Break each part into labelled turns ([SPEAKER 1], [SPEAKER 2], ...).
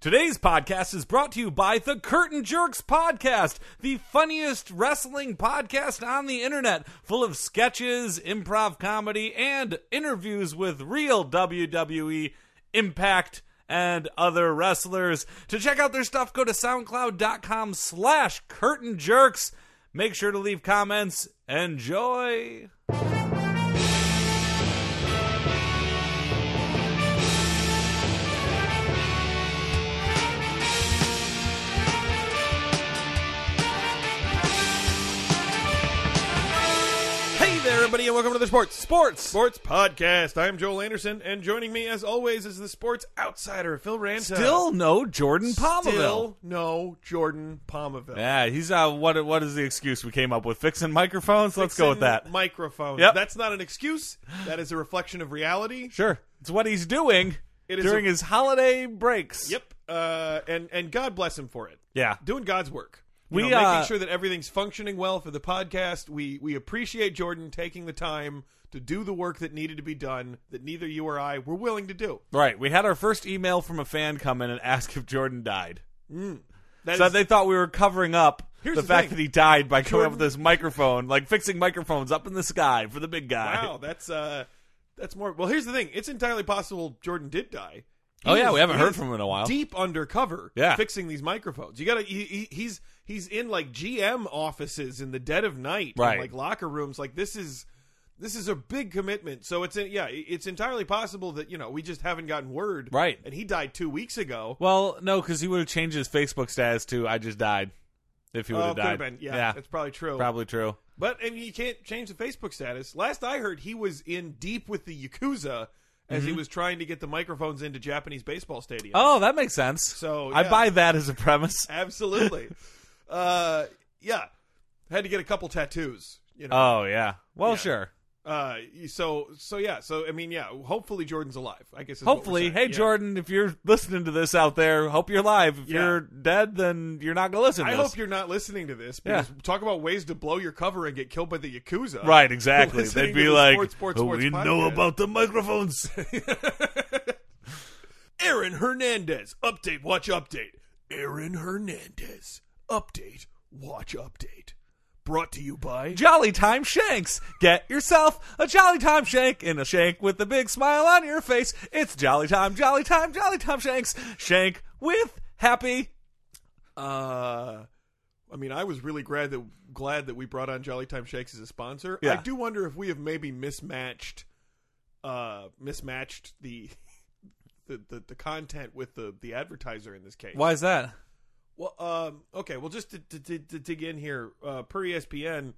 [SPEAKER 1] Today's podcast is brought to you by the Curtain Jerks Podcast, the funniest wrestling podcast on the internet, full of sketches, improv comedy, and interviews with real WWE, Impact, and other wrestlers. To check out their stuff, go to soundcloud.com slash curtain jerks. Make sure to leave comments. Enjoy.
[SPEAKER 2] Hey there, everybody, and welcome to the Sports
[SPEAKER 1] Sports.
[SPEAKER 2] Sports Podcast. I'm Joel Anderson, and joining me, as always, is the sports outsider, Phil Ranta.
[SPEAKER 1] Still no Jordan Palmerville.
[SPEAKER 2] Still no Jordan Palmaville.
[SPEAKER 1] Yeah, he's uh, what? What is the excuse we came up with? Fixing microphones. Let's go with that.
[SPEAKER 2] Microphone.
[SPEAKER 1] Yep.
[SPEAKER 2] That's not an excuse. That is a reflection of reality.
[SPEAKER 1] Sure, it's what he's doing
[SPEAKER 2] It is
[SPEAKER 1] during
[SPEAKER 2] a-
[SPEAKER 1] his holiday breaks.
[SPEAKER 2] Yep. Uh, and and God bless him for it.
[SPEAKER 1] Yeah.
[SPEAKER 2] Doing God's work. You
[SPEAKER 1] We,
[SPEAKER 2] know, making
[SPEAKER 1] uh,
[SPEAKER 2] sure that everything's functioning well for the podcast. We we appreciate Jordan taking the time to do the work that needed to be done that neither you or I were willing to do.
[SPEAKER 1] Right. We had our first email from a fan come in and ask if Jordan died.
[SPEAKER 2] That
[SPEAKER 1] So
[SPEAKER 2] is-
[SPEAKER 1] they thought we were covering up
[SPEAKER 2] Here's
[SPEAKER 1] the,
[SPEAKER 2] the
[SPEAKER 1] fact
[SPEAKER 2] thing.
[SPEAKER 1] that he died by coming up
[SPEAKER 2] Jordan-
[SPEAKER 1] with this microphone, like fixing microphones up in the sky for the big guy.
[SPEAKER 2] Wow, that's uh, that's more. Well, here's the thing: it's entirely possible Jordan did die.
[SPEAKER 1] Oh, yeah, we haven't
[SPEAKER 2] he
[SPEAKER 1] heard
[SPEAKER 2] is
[SPEAKER 1] from him in a while.
[SPEAKER 2] Deep undercover,
[SPEAKER 1] Yeah.
[SPEAKER 2] fixing these microphones. You gotta. He, he, he's he's in like GM offices in the dead of night, and,
[SPEAKER 1] Right.
[SPEAKER 2] like locker rooms. Like this is this is a big commitment. So it's uh, yeah, it's entirely possible that you know we just haven't gotten word.
[SPEAKER 1] Right.
[SPEAKER 2] and he died two weeks ago.
[SPEAKER 1] Well, no, because he would have changed his Facebook status to "I just died" if he would
[SPEAKER 2] Oh,
[SPEAKER 1] have
[SPEAKER 2] could
[SPEAKER 1] died.
[SPEAKER 2] have been. Yeah, that's probably true.
[SPEAKER 1] probably true.
[SPEAKER 2] But I mean, you can't change the Facebook status. Last I heard, he was in deep with the Yakuza as he was trying to get the microphones into Japanese baseball
[SPEAKER 1] Mm-hmm.
[SPEAKER 2] stadiums.
[SPEAKER 1] Oh, that makes sense.
[SPEAKER 2] So,
[SPEAKER 1] I
[SPEAKER 2] yeah.
[SPEAKER 1] buy that as a premise.
[SPEAKER 2] Absolutely. uh, yeah. Had to get a couple tattoos, you know.
[SPEAKER 1] Oh yeah. Well,
[SPEAKER 2] Yeah.
[SPEAKER 1] sure.
[SPEAKER 2] Uh, so, so yeah. So, I mean, yeah, hopefully Jordan's alive. I guess is what we're
[SPEAKER 1] Hopefully,
[SPEAKER 2] saying.
[SPEAKER 1] hey
[SPEAKER 2] Yeah.
[SPEAKER 1] Jordan, if you're listening to this out there, hope you're alive. If
[SPEAKER 2] Yeah.
[SPEAKER 1] you're dead, then you're not gonna listen. To
[SPEAKER 2] I
[SPEAKER 1] this.
[SPEAKER 2] hope you're not listening to this
[SPEAKER 1] Yeah.
[SPEAKER 2] because talk about ways to blow your cover and get killed by the Yakuza.
[SPEAKER 1] right. Exactly.
[SPEAKER 2] Listening
[SPEAKER 1] They'd
[SPEAKER 2] to
[SPEAKER 1] be
[SPEAKER 2] the
[SPEAKER 1] like,
[SPEAKER 2] sports, sports,
[SPEAKER 1] "Oh,
[SPEAKER 2] sports
[SPEAKER 1] we know
[SPEAKER 2] podcast."
[SPEAKER 1] about the microphones.
[SPEAKER 2] Aaron Hernandez. Update, watch update. Aaron Hernandez. Update, watch update. Brought to you by
[SPEAKER 1] Jolly Time Shanks. Get yourself a Jolly Time Shank and a shank with a big smile on your face. It's Jolly Time, Jolly Time, Jolly Time Shanks. Shank with happy.
[SPEAKER 2] uh I mean, I was really glad that glad that we brought on Jolly Time Shakes as a sponsor.
[SPEAKER 1] Yeah.
[SPEAKER 2] I do wonder if we have maybe mismatched uh mismatched the the, the, the content with the, the advertiser in this case.
[SPEAKER 1] is that?
[SPEAKER 2] Well, um, okay. Well, just to, to, to, to dig in here, uh, per ESPN,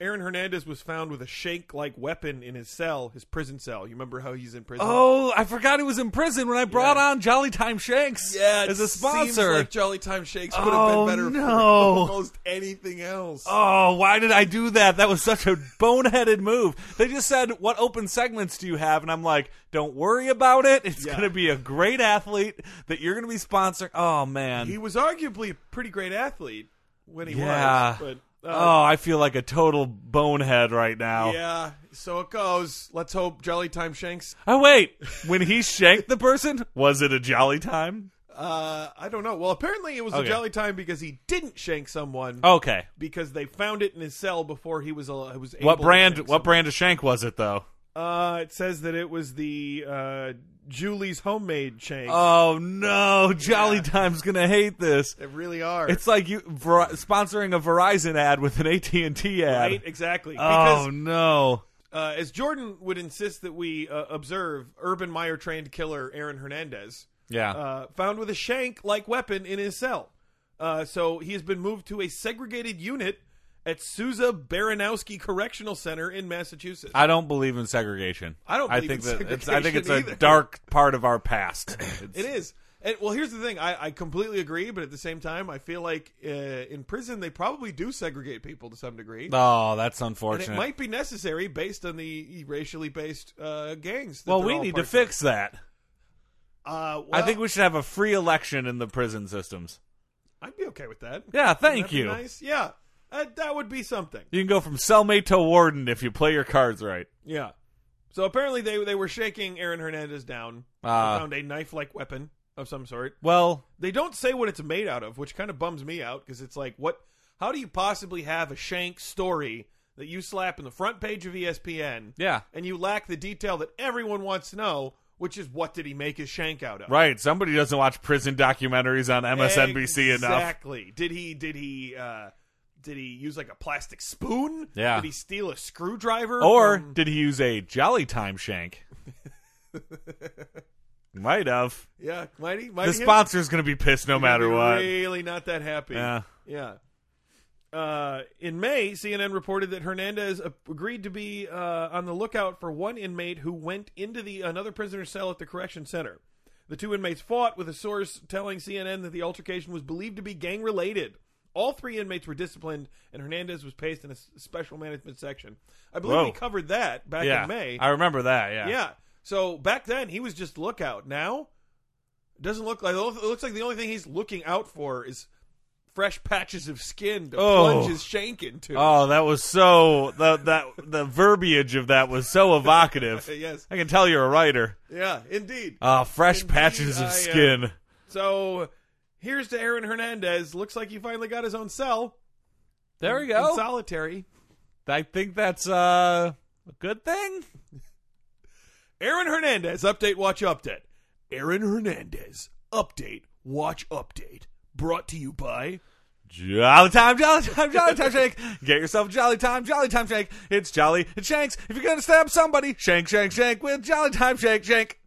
[SPEAKER 2] Aaron Hernandez was found with a shank-like weapon in his cell, his prison cell. You remember how he's in prison?
[SPEAKER 1] Oh, I forgot he was in prison when I brought
[SPEAKER 2] Yeah.
[SPEAKER 1] on Jolly Time Shanks
[SPEAKER 2] it
[SPEAKER 1] as a
[SPEAKER 2] Seems
[SPEAKER 1] sponsor.
[SPEAKER 2] like Jolly Time Shakes would have
[SPEAKER 1] Oh,
[SPEAKER 2] been better for
[SPEAKER 1] no.
[SPEAKER 2] almost anything else.
[SPEAKER 1] Oh, why did I do that? That was such a boneheaded move. They just said, "What open segments do you have?" And I'm like, "Don't worry about it. It's
[SPEAKER 2] Yeah.
[SPEAKER 1] going to be a great athlete that you're going to be sponsoring." Oh man.
[SPEAKER 2] He was arguably a pretty great athlete when he
[SPEAKER 1] yeah.
[SPEAKER 2] was, but uh,
[SPEAKER 1] oh, I feel like a total bonehead right now.
[SPEAKER 2] yeah. So it goes. Let's hope Jolly Time Shanks.
[SPEAKER 1] Oh wait, when he shanked the person, was it a jolly time?
[SPEAKER 2] Uh, I don't know. Well, apparently it was
[SPEAKER 1] Okay.
[SPEAKER 2] a Jolly Time because he didn't shank someone.
[SPEAKER 1] Okay.
[SPEAKER 2] because they found it in his cell before he was al- he was able
[SPEAKER 1] What
[SPEAKER 2] to
[SPEAKER 1] brand?
[SPEAKER 2] fix
[SPEAKER 1] What brand of shank was it though?
[SPEAKER 2] it. Uh, it says that it was the uh, Julie's homemade chain.
[SPEAKER 1] Oh no, Jolly Time's gonna hate this.
[SPEAKER 2] they really are.
[SPEAKER 1] It's like you ver- sponsoring a Verizon ad with an AT and T ad.
[SPEAKER 2] right, exactly.
[SPEAKER 1] Oh
[SPEAKER 2] Because
[SPEAKER 1] no!
[SPEAKER 2] uh, as Jordan would insist that we uh, observe, Urban Meyer trained killer Aaron Hernandez
[SPEAKER 1] Yeah.
[SPEAKER 2] uh, found with a shank-like weapon in his cell. Uh, so he has been moved to a segregated unit at Sousa Baranowski Correctional Center in Massachusetts.
[SPEAKER 1] I don't believe in segregation.
[SPEAKER 2] I don't
[SPEAKER 1] I
[SPEAKER 2] believe
[SPEAKER 1] think
[SPEAKER 2] in
[SPEAKER 1] that it's, I think it's
[SPEAKER 2] segregation
[SPEAKER 1] a
[SPEAKER 2] either.
[SPEAKER 1] dark part of our past.
[SPEAKER 2] It is. And, well, here's the thing. I, I completely agree, but at the same time, I feel like uh, in prison they probably do segregate people to some degree,
[SPEAKER 1] Oh, that's
[SPEAKER 2] and it
[SPEAKER 1] unfortunate.
[SPEAKER 2] might be necessary based on the racially based uh, gangs. That
[SPEAKER 1] well,
[SPEAKER 2] they're
[SPEAKER 1] we
[SPEAKER 2] all
[SPEAKER 1] need to
[SPEAKER 2] parts of.
[SPEAKER 1] fix that.
[SPEAKER 2] Uh, well,
[SPEAKER 1] I think we should have a free election in the prison systems.
[SPEAKER 2] I'd be okay with that.
[SPEAKER 1] Yeah,
[SPEAKER 2] That'd
[SPEAKER 1] thank
[SPEAKER 2] be
[SPEAKER 1] you.
[SPEAKER 2] Nice. Yeah, that, that would be something.
[SPEAKER 1] You can go from cellmate to warden if you play your cards right.
[SPEAKER 2] Yeah. So apparently they they were shaking Aaron Hernandez down. They
[SPEAKER 1] Ah.
[SPEAKER 2] found a knife like weapon. of some sort.
[SPEAKER 1] Well,
[SPEAKER 2] They don't say what it's made out of, which kind of bums me out because it's like, what? How do you possibly have a Shank story that you slap in the front page of E ESPN?
[SPEAKER 1] yeah.
[SPEAKER 2] and you lack the detail that everyone wants to know, which is what did he make his shank out of?
[SPEAKER 1] Right. Somebody doesn't watch prison documentaries on MSNBC enough.
[SPEAKER 2] Exactly. Did he? Did he? uh Did he use like a plastic spoon?
[SPEAKER 1] Yeah.
[SPEAKER 2] Did he steal a screwdriver?
[SPEAKER 1] Or
[SPEAKER 2] from-
[SPEAKER 1] did he use a Jolly Time shank? Might have.
[SPEAKER 2] yeah, might he? Might
[SPEAKER 1] The
[SPEAKER 2] he have-
[SPEAKER 1] sponsor's going to be pissed no
[SPEAKER 2] he's gonna
[SPEAKER 1] matter
[SPEAKER 2] be
[SPEAKER 1] what.
[SPEAKER 2] Really not that happy.
[SPEAKER 1] Yeah.
[SPEAKER 2] Yeah. Uh, in May, CNN reported that Hernandez a- agreed to be uh, on the lookout for one inmate who went into the another prisoner's cell at the correction center. The two inmates fought, with a source telling CNN that the altercation was believed to be gang related. All three inmates were disciplined, and Hernandez was placed in a s- special management section. I believe we
[SPEAKER 1] Whoa.
[SPEAKER 2] covered that back
[SPEAKER 1] yeah.
[SPEAKER 2] in May.
[SPEAKER 1] I remember that, yeah.
[SPEAKER 2] Yeah. So back then he was just lookout. Now it doesn't look like it looks like the only thing he's looking out for is fresh patches of skin to
[SPEAKER 1] Oh.
[SPEAKER 2] plunge his shank into.
[SPEAKER 1] Oh, that was so the that the verbiage of that was so evocative.
[SPEAKER 2] Uh, yes.
[SPEAKER 1] I can tell you're a writer.
[SPEAKER 2] Yeah, indeed.
[SPEAKER 1] Ah, fresh
[SPEAKER 2] Indeed,
[SPEAKER 1] patches
[SPEAKER 2] I, uh,
[SPEAKER 1] of skin.
[SPEAKER 2] So here's to Aaron Hernandez. Looks like he finally got his own cell.
[SPEAKER 1] there we
[SPEAKER 2] In
[SPEAKER 1] go.
[SPEAKER 2] solitary.
[SPEAKER 1] I think that's uh, a good thing.
[SPEAKER 2] Aaron Hernandez, update, watch, update. Aaron Hernandez, update, watch, update. Brought to you by
[SPEAKER 1] Jolly time, jolly time, jolly time shank. Get yourself a jolly time, jolly time shank. It's jolly, it shanks. If you're gonna stab somebody, shank, shank, shank with jolly time shank, shank.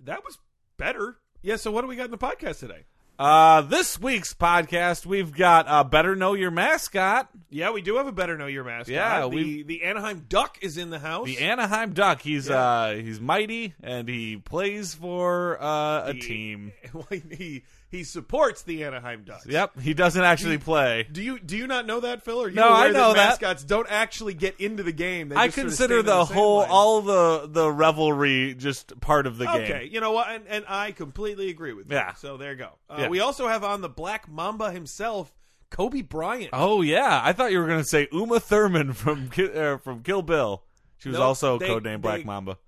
[SPEAKER 2] That was better. Yeah, so what do we got in the podcast today?
[SPEAKER 1] Uh, this week's podcast, we've got uh, better know your mascot,
[SPEAKER 2] Yeah, we do have a better know your mascot.
[SPEAKER 1] Yeah,
[SPEAKER 2] the,
[SPEAKER 1] we've-
[SPEAKER 2] the Anaheim Duck is in the house.
[SPEAKER 1] the Anaheim Duck. He's
[SPEAKER 2] Yeah.
[SPEAKER 1] uh, he's mighty and he plays for uh, a
[SPEAKER 2] The-
[SPEAKER 1] team.
[SPEAKER 2] he he supports the Anaheim Ducks.
[SPEAKER 1] Yep, he doesn't actually play.
[SPEAKER 2] Do you do you not know that, Phil? Are you
[SPEAKER 1] No,
[SPEAKER 2] aware
[SPEAKER 1] I know that.
[SPEAKER 2] mascots don't actually get into the game. They
[SPEAKER 1] I
[SPEAKER 2] just sort of
[SPEAKER 1] consider
[SPEAKER 2] stand in
[SPEAKER 1] the
[SPEAKER 2] sand
[SPEAKER 1] whole,
[SPEAKER 2] line.
[SPEAKER 1] all the the revelry just part of the game.
[SPEAKER 2] Okay, you know what, and, and I completely agree with you.
[SPEAKER 1] Yeah.
[SPEAKER 2] So there you go. Uh,
[SPEAKER 1] Yeah.
[SPEAKER 2] We also have on the Black Mamba himself, Kobe Bryant. Uh,
[SPEAKER 1] Oh yeah, I thought you were gonna say Uma Thurman from Ki- uh, from Kill Bill. She was
[SPEAKER 2] No,
[SPEAKER 1] also
[SPEAKER 2] they-
[SPEAKER 1] codenamed Black
[SPEAKER 2] they-
[SPEAKER 1] Mamba.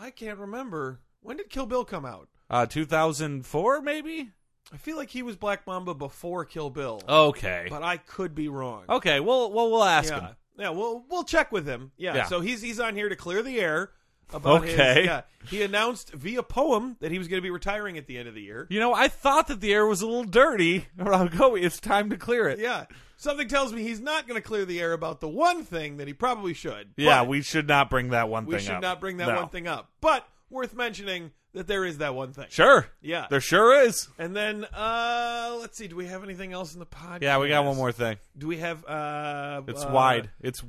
[SPEAKER 2] I can't remember when did Kill Bill come out.
[SPEAKER 1] Uh, 2004 maybe.
[SPEAKER 2] I feel like he was Black Mamba before Kill Bill,
[SPEAKER 1] Oh. Okay.
[SPEAKER 2] but I could be wrong.
[SPEAKER 1] Okay. Well, well, we'll ask
[SPEAKER 2] yeah.
[SPEAKER 1] him.
[SPEAKER 2] Yeah, we'll we'll check with him. Yeah.
[SPEAKER 1] Yeah.
[SPEAKER 2] So he's he's on here to clear the air about his
[SPEAKER 1] Okay.
[SPEAKER 2] yeah. He announced via poem that he was going to be retiring at the end of the year.
[SPEAKER 1] You know, I thought that the air was a little dirty around Kobe. It's time to clear it.
[SPEAKER 2] Yeah. Something tells me he's not going to clear the air about the one thing that he probably should.
[SPEAKER 1] Yeah,
[SPEAKER 2] But
[SPEAKER 1] we should not bring that one
[SPEAKER 2] we
[SPEAKER 1] thing
[SPEAKER 2] should
[SPEAKER 1] up.
[SPEAKER 2] not bring that
[SPEAKER 1] No.
[SPEAKER 2] one thing up. But worth mentioning that there is that one thing.
[SPEAKER 1] Sure.
[SPEAKER 2] Yeah.
[SPEAKER 1] There sure is.
[SPEAKER 2] And then uh let's see, do we have anything else in the podcast?
[SPEAKER 1] Yeah, we got one more thing.
[SPEAKER 2] Do we have uh
[SPEAKER 1] It's
[SPEAKER 2] uh,
[SPEAKER 1] wide. It's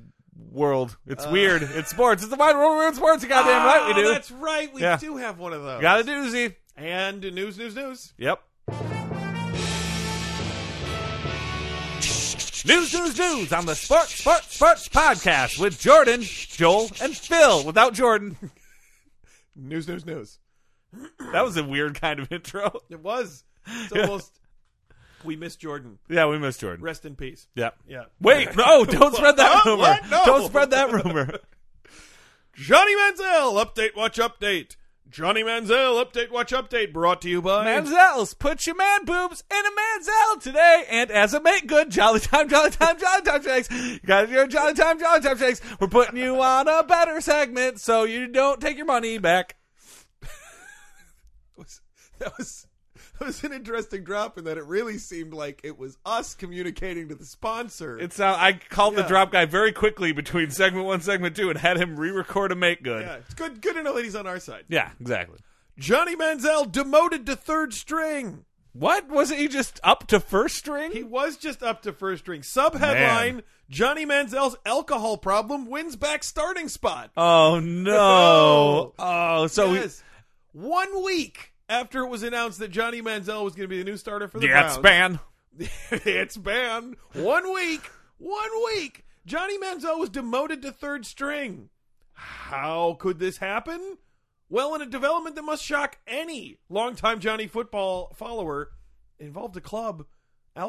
[SPEAKER 1] world. It's weird. It's sports. It's the wide world. We're in sports. You goddamn
[SPEAKER 2] Ah,
[SPEAKER 1] right we do.
[SPEAKER 2] That's right. We
[SPEAKER 1] Yeah.
[SPEAKER 2] do have one of those.
[SPEAKER 1] Got a doozy.
[SPEAKER 2] And news, news, news.
[SPEAKER 1] Yep. News, news, news on the Sports, Sports, Sports podcast with Jordan, Joel, and Phil. Without Jordan,
[SPEAKER 2] News, news, news.
[SPEAKER 1] that was a weird kind of intro.
[SPEAKER 2] It was. It's
[SPEAKER 1] Yeah.
[SPEAKER 2] almost. We miss Jordan.
[SPEAKER 1] Yeah, we missed Jordan.
[SPEAKER 2] Rest in peace.
[SPEAKER 1] Yep.
[SPEAKER 2] Yeah.
[SPEAKER 1] Wait, no, don't spread that
[SPEAKER 2] What?
[SPEAKER 1] rumor.
[SPEAKER 2] What? No.
[SPEAKER 1] Don't spread that rumor.
[SPEAKER 2] Johnny Manziel, update, watch, update. Johnny Manziel, update, watch, update. Brought to you by.
[SPEAKER 1] Manzels, put your man boobs in a manzel today. And as a make good, jolly time, jolly time, jolly time shakes. You got your jolly time, jolly time shakes. We're putting you on a better segment so you don't take your money back.
[SPEAKER 2] was- that was that was an interesting drop in that it really seemed like it was us communicating to the sponsor.
[SPEAKER 1] It's uh, I called
[SPEAKER 2] Yeah.
[SPEAKER 1] the drop guy very quickly between segment one, segment two, and had him re-record a make good.
[SPEAKER 2] yeah, it's good. Good to know that he's on our side.
[SPEAKER 1] Yeah, exactly.
[SPEAKER 2] Johnny Manziel demoted to third string.
[SPEAKER 1] What wasn't he just up to first string?
[SPEAKER 2] He was just up to first string. Sub headline:
[SPEAKER 1] Man.
[SPEAKER 2] Johnny Manziel's alcohol problem wins back starting spot.
[SPEAKER 1] oh no!
[SPEAKER 2] No.
[SPEAKER 1] Oh, so he-
[SPEAKER 2] yes. one week after it was announced that Johnny Manziel was going to be the new starter for the
[SPEAKER 1] yeah, it's
[SPEAKER 2] Browns.
[SPEAKER 1] ban.
[SPEAKER 2] it's banned. One week. One week. Johnny Manziel was demoted to third string. How could this happen? Well, in a development that must shock any longtime Johnny football follower, involved a club,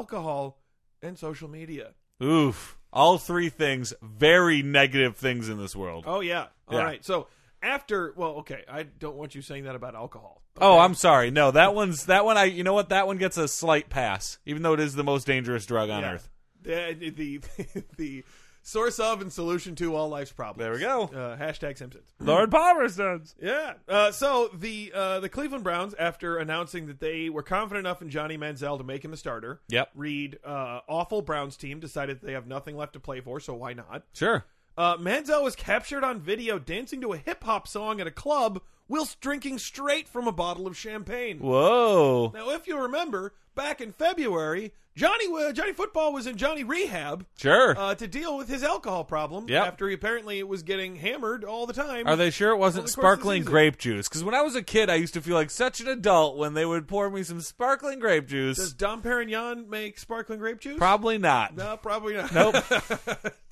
[SPEAKER 2] alcohol, and social media.
[SPEAKER 1] Oof! All three things, very negative things in this world.
[SPEAKER 2] Oh yeah. all right.
[SPEAKER 1] Yeah.
[SPEAKER 2] So after, well, okay, I don't want you saying that about alcohol.
[SPEAKER 1] Oh, I'm sorry. No, that one's that one. I you know what? That one gets a slight pass, even though it is the most dangerous drug on
[SPEAKER 2] Yeah.
[SPEAKER 1] earth.
[SPEAKER 2] The, the, the source of and solution to all life's problems.
[SPEAKER 1] There we go.
[SPEAKER 2] Uh, hashtag Simpsons.
[SPEAKER 1] Lord Palmer does.
[SPEAKER 2] Yeah. Uh, so the uh, the Cleveland Browns, after announcing that they were confident enough in Johnny Manziel to make him the starter,
[SPEAKER 1] Yep.
[SPEAKER 2] Reed, uh, awful Browns team, decided they have nothing left to play for, so why not?
[SPEAKER 1] Sure.
[SPEAKER 2] Uh, Manziel was captured on video dancing to a hip hop song at a club whilst drinking straight from a bottle of champagne.
[SPEAKER 1] Whoa.
[SPEAKER 2] Now, if you remember, back in February, Johnny uh, Johnny Football was in Johnny Rehab
[SPEAKER 1] Sure.
[SPEAKER 2] uh, to deal with his alcohol problem
[SPEAKER 1] Yep.
[SPEAKER 2] after he apparently was getting hammered all the time.
[SPEAKER 1] Are they sure it
[SPEAKER 2] Over
[SPEAKER 1] wasn't
[SPEAKER 2] the course of the
[SPEAKER 1] sparkling
[SPEAKER 2] season.
[SPEAKER 1] grape juice? Because when I was a kid, I used to feel like such an adult when they would pour me some sparkling grape juice.
[SPEAKER 2] Does Dom Perignon make sparkling grape juice?
[SPEAKER 1] Probably not.
[SPEAKER 2] no, probably not.
[SPEAKER 1] Nope.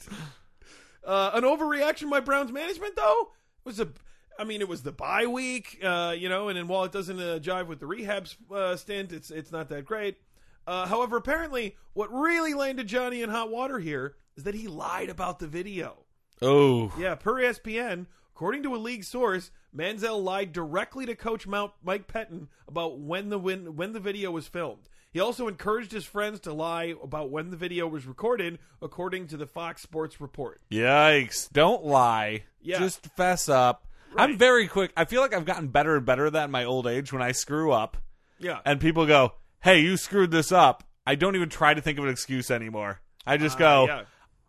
[SPEAKER 2] Uh, an overreaction by Browns management, though, was a. I mean, it was the bye week, uh, you know, and, then while it doesn't uh, jive with the rehab uh, stint, it's it's not that great. Uh, however, apparently, what really landed Johnny in hot water here is that he lied about the video.
[SPEAKER 1] Oh.
[SPEAKER 2] Yeah, per E ESPN, according to a league source, Manziel lied directly to coach Mount Mike Pettin about when the when, when the video was filmed. He also encouraged his friends to lie about when the video was recorded, according to the Fox Sports report.
[SPEAKER 1] Yikes. Don't lie.
[SPEAKER 2] Yeah.
[SPEAKER 1] Just fess up. I'm
[SPEAKER 2] Right.
[SPEAKER 1] very quick. I feel like I've gotten better and better at that in my old age when I screw up
[SPEAKER 2] Yeah.
[SPEAKER 1] and people go, hey, you screwed this up. I don't even try to think of an excuse anymore. I just go,
[SPEAKER 2] Uh, yeah.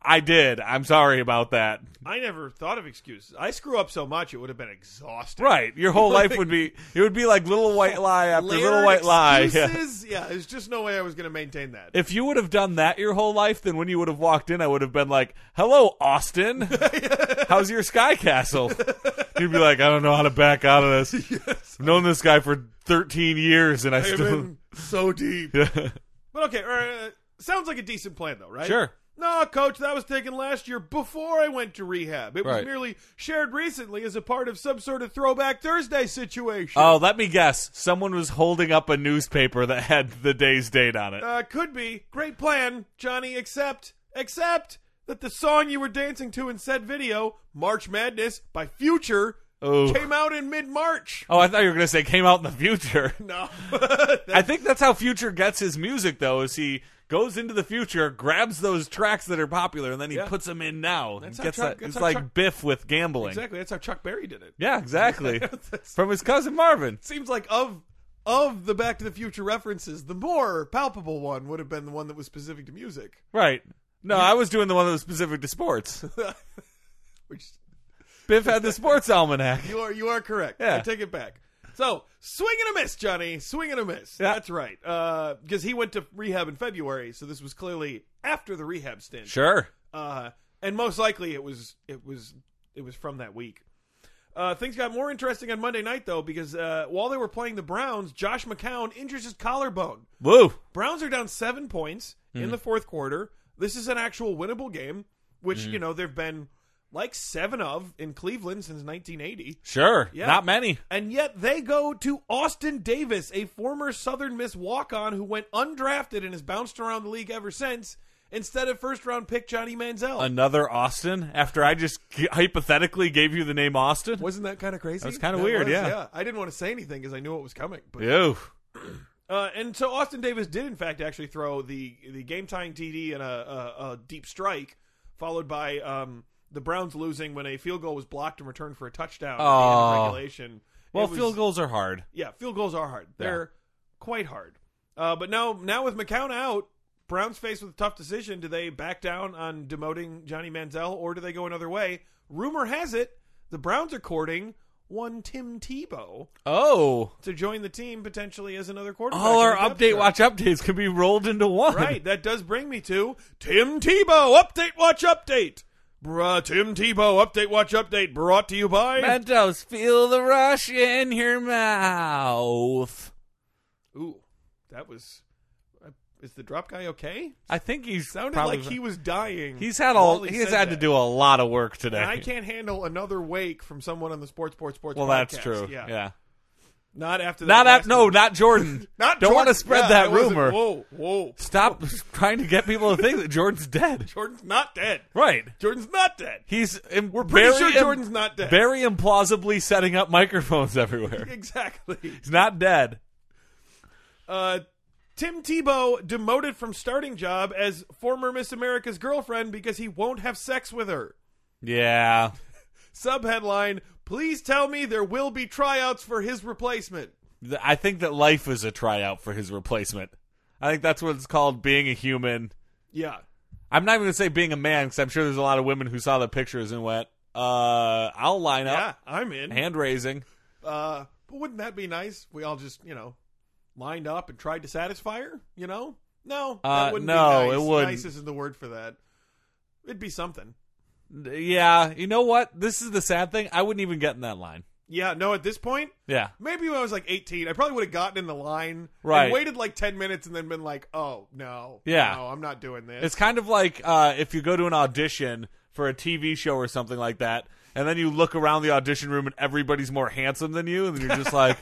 [SPEAKER 1] I did. I'm sorry about that.
[SPEAKER 2] I never thought of excuses. I screw up so much it would have been exhausting.
[SPEAKER 1] Right. Your whole life would be, it would be like little white lie after
[SPEAKER 2] Layered
[SPEAKER 1] little white lie. Yeah.
[SPEAKER 2] excuses? Yeah. there's just no way I was going to maintain that.
[SPEAKER 1] If you would have done that your whole life, then when you would have walked in, I would have been like, "Hello, Austin. How's your sky castle?" You'd be like, "I don't know how to back out of this. I've known this guy for 13 years, and I
[SPEAKER 2] I've
[SPEAKER 1] still."
[SPEAKER 2] been so deep. But okay, uh, sounds like a decent plan though, right?
[SPEAKER 1] Sure.
[SPEAKER 2] No, coach, that was taken last year before I went to rehab. It was
[SPEAKER 1] Right.
[SPEAKER 2] merely shared recently as a part of some sort of throwback Thursday situation.
[SPEAKER 1] Oh, let me guess. Someone was holding up a newspaper that had the day's date on it.
[SPEAKER 2] Uh, could be. Great plan, Johnny, except, except that the song you were dancing to in said video, March Madness by Future,
[SPEAKER 1] Oh.
[SPEAKER 2] came out in mid March.
[SPEAKER 1] Oh, I thought you were going to say came out in the future.
[SPEAKER 2] No.
[SPEAKER 1] I think that's how Future gets his music, though, is he goes into the future, grabs those tracks that are popular, and then he
[SPEAKER 2] Yeah.
[SPEAKER 1] puts them in now. and
[SPEAKER 2] That's how
[SPEAKER 1] gets
[SPEAKER 2] Chuck-
[SPEAKER 1] that-
[SPEAKER 2] that's
[SPEAKER 1] it's
[SPEAKER 2] how
[SPEAKER 1] like
[SPEAKER 2] Chuck-
[SPEAKER 1] Biff with gambling.
[SPEAKER 2] exactly. That's how Chuck Berry did it.
[SPEAKER 1] Yeah, exactly. From his cousin Marvin.
[SPEAKER 2] seems like of of the Back to the Future references, the more palpable one would have been the one that was specific to music,
[SPEAKER 1] Right. No, I was doing the one that was specific to sports.
[SPEAKER 2] which
[SPEAKER 1] Biff had the sports almanac.
[SPEAKER 2] you are you are correct.
[SPEAKER 1] Yeah.
[SPEAKER 2] I take it back. So swing and a miss, Johnny. Swing and a miss.
[SPEAKER 1] Yeah.
[SPEAKER 2] That's right. Because he went to rehab in February, so this was clearly after the rehab stint.
[SPEAKER 1] Sure.
[SPEAKER 2] Uh, and most likely it was it was it was from that week. Uh, things got more interesting on Monday night though, because uh, while they were playing the Browns, Josh McCown injures his collarbone.
[SPEAKER 1] Woo.
[SPEAKER 2] Browns are down seven points
[SPEAKER 1] Hmm.
[SPEAKER 2] in the fourth quarter. This is an actual winnable game, which
[SPEAKER 1] Hmm.
[SPEAKER 2] you know there've been like seven of in Cleveland since 1980,
[SPEAKER 1] Sure.
[SPEAKER 2] Yeah.
[SPEAKER 1] Not many.
[SPEAKER 2] and yet they go to Austin Davis, a former Southern Miss walk-on who went undrafted and has bounced around the league ever since. Instead of first-round pick Johnny Manziel,
[SPEAKER 1] Another Austin after I just g- hypothetically gave you the name Austin?
[SPEAKER 2] wasn't that kind of crazy? That
[SPEAKER 1] was kinda weird, yeah.
[SPEAKER 2] I didn't want to say anything because I knew it was coming, but
[SPEAKER 1] Ew.
[SPEAKER 2] Uh, and so Austin Davis did, in fact, actually throw the the game tying TD and a, a, a deep strike, followed by um, the Browns losing when a field goal was blocked and returned for a touchdown
[SPEAKER 1] Oh.
[SPEAKER 2] in regulation. It
[SPEAKER 1] Well,
[SPEAKER 2] was-
[SPEAKER 1] field goals are hard.
[SPEAKER 2] yeah, field goals are hard. They're quite hard. Uh, but now, now with McCown out, Browns faced with a tough decision. Do they back down on demoting Johnny Manziel, or do they go another way? Rumor has it the Browns are courting one Tim Tebow
[SPEAKER 1] Oh.
[SPEAKER 2] to join the team potentially as another quarterback.
[SPEAKER 1] All
[SPEAKER 2] in
[SPEAKER 1] our
[SPEAKER 2] the depth
[SPEAKER 1] update
[SPEAKER 2] chart.
[SPEAKER 1] watch updates can be rolled into one.
[SPEAKER 2] Right, that does bring me to Tim Tebow update. Watch update. Bruh, Tim Tebow update. Watch update. Brought to you by.
[SPEAKER 1] Mentos, feel the rush in your mouth.
[SPEAKER 2] Ooh, that was. uh, Is the drop guy okay?
[SPEAKER 1] I think he's
[SPEAKER 2] Sounded
[SPEAKER 1] probably,
[SPEAKER 2] like he was dying.
[SPEAKER 1] he's had all
[SPEAKER 2] while he
[SPEAKER 1] he's
[SPEAKER 2] said
[SPEAKER 1] had to
[SPEAKER 2] that.
[SPEAKER 1] do a lot of work today.
[SPEAKER 2] And I can't handle another wake from someone on the sports, sports, sports.
[SPEAKER 1] well, that's
[SPEAKER 2] podcast.
[SPEAKER 1] true.
[SPEAKER 2] Yeah.
[SPEAKER 1] yeah.
[SPEAKER 2] Not after that.
[SPEAKER 1] Not
[SPEAKER 2] last
[SPEAKER 1] at, no,
[SPEAKER 2] one.
[SPEAKER 1] not Jordan.
[SPEAKER 2] Not
[SPEAKER 1] Don't want to
[SPEAKER 2] Jordan.
[SPEAKER 1] spread
[SPEAKER 2] Yeah, I
[SPEAKER 1] that
[SPEAKER 2] wasn't-
[SPEAKER 1] rumor.
[SPEAKER 2] Whoa, whoa.
[SPEAKER 1] Stop trying to get people to think that Jordan's dead.
[SPEAKER 2] Jordan's not dead.
[SPEAKER 1] Right.
[SPEAKER 2] Jordan's not dead.
[SPEAKER 1] He's im- we're
[SPEAKER 2] pretty sure Jordan's not dead.
[SPEAKER 1] Very implausibly setting up microphones everywhere.
[SPEAKER 2] Exactly.
[SPEAKER 1] He's not dead.
[SPEAKER 2] Uh, Tim Tebow demoted from starting job as former Miss America's girlfriend because he won't have sex with her.
[SPEAKER 1] Yeah.
[SPEAKER 2] Subheadline: Please tell me there will be tryouts for his replacement.
[SPEAKER 1] Th- I think that life is a tryout for his replacement. I think that's what it's called being a human.
[SPEAKER 2] Yeah.
[SPEAKER 1] I'm not even going to say being a man because I'm sure there's a lot of women who saw the pictures and went, uh, I'll line
[SPEAKER 2] Yeah,
[SPEAKER 1] up.
[SPEAKER 2] I'm in.
[SPEAKER 1] Hand raising.
[SPEAKER 2] Uh, but wouldn't that be nice? We all just, you know, lined up and tried to satisfy her, you know? No, that
[SPEAKER 1] Uh,
[SPEAKER 2] wouldn't
[SPEAKER 1] no,
[SPEAKER 2] be nice.
[SPEAKER 1] it wouldn't.
[SPEAKER 2] Nice isn't the word for that. It'd be something.
[SPEAKER 1] Yeah. You know what? This is the sad thing. I wouldn't even get in that line.
[SPEAKER 2] Yeah, no, at this point,
[SPEAKER 1] Yeah.
[SPEAKER 2] maybe when I was like 18, I probably would have gotten in the line,
[SPEAKER 1] Right.
[SPEAKER 2] and waited like 10 minutes, and then been like, oh, no.
[SPEAKER 1] Yeah.
[SPEAKER 2] No, I'm not doing this.
[SPEAKER 1] It's kind of like uh, if you go to an audition for a TV show or something like that, and then you look around the audition room and everybody's more handsome than you, and then you're just like,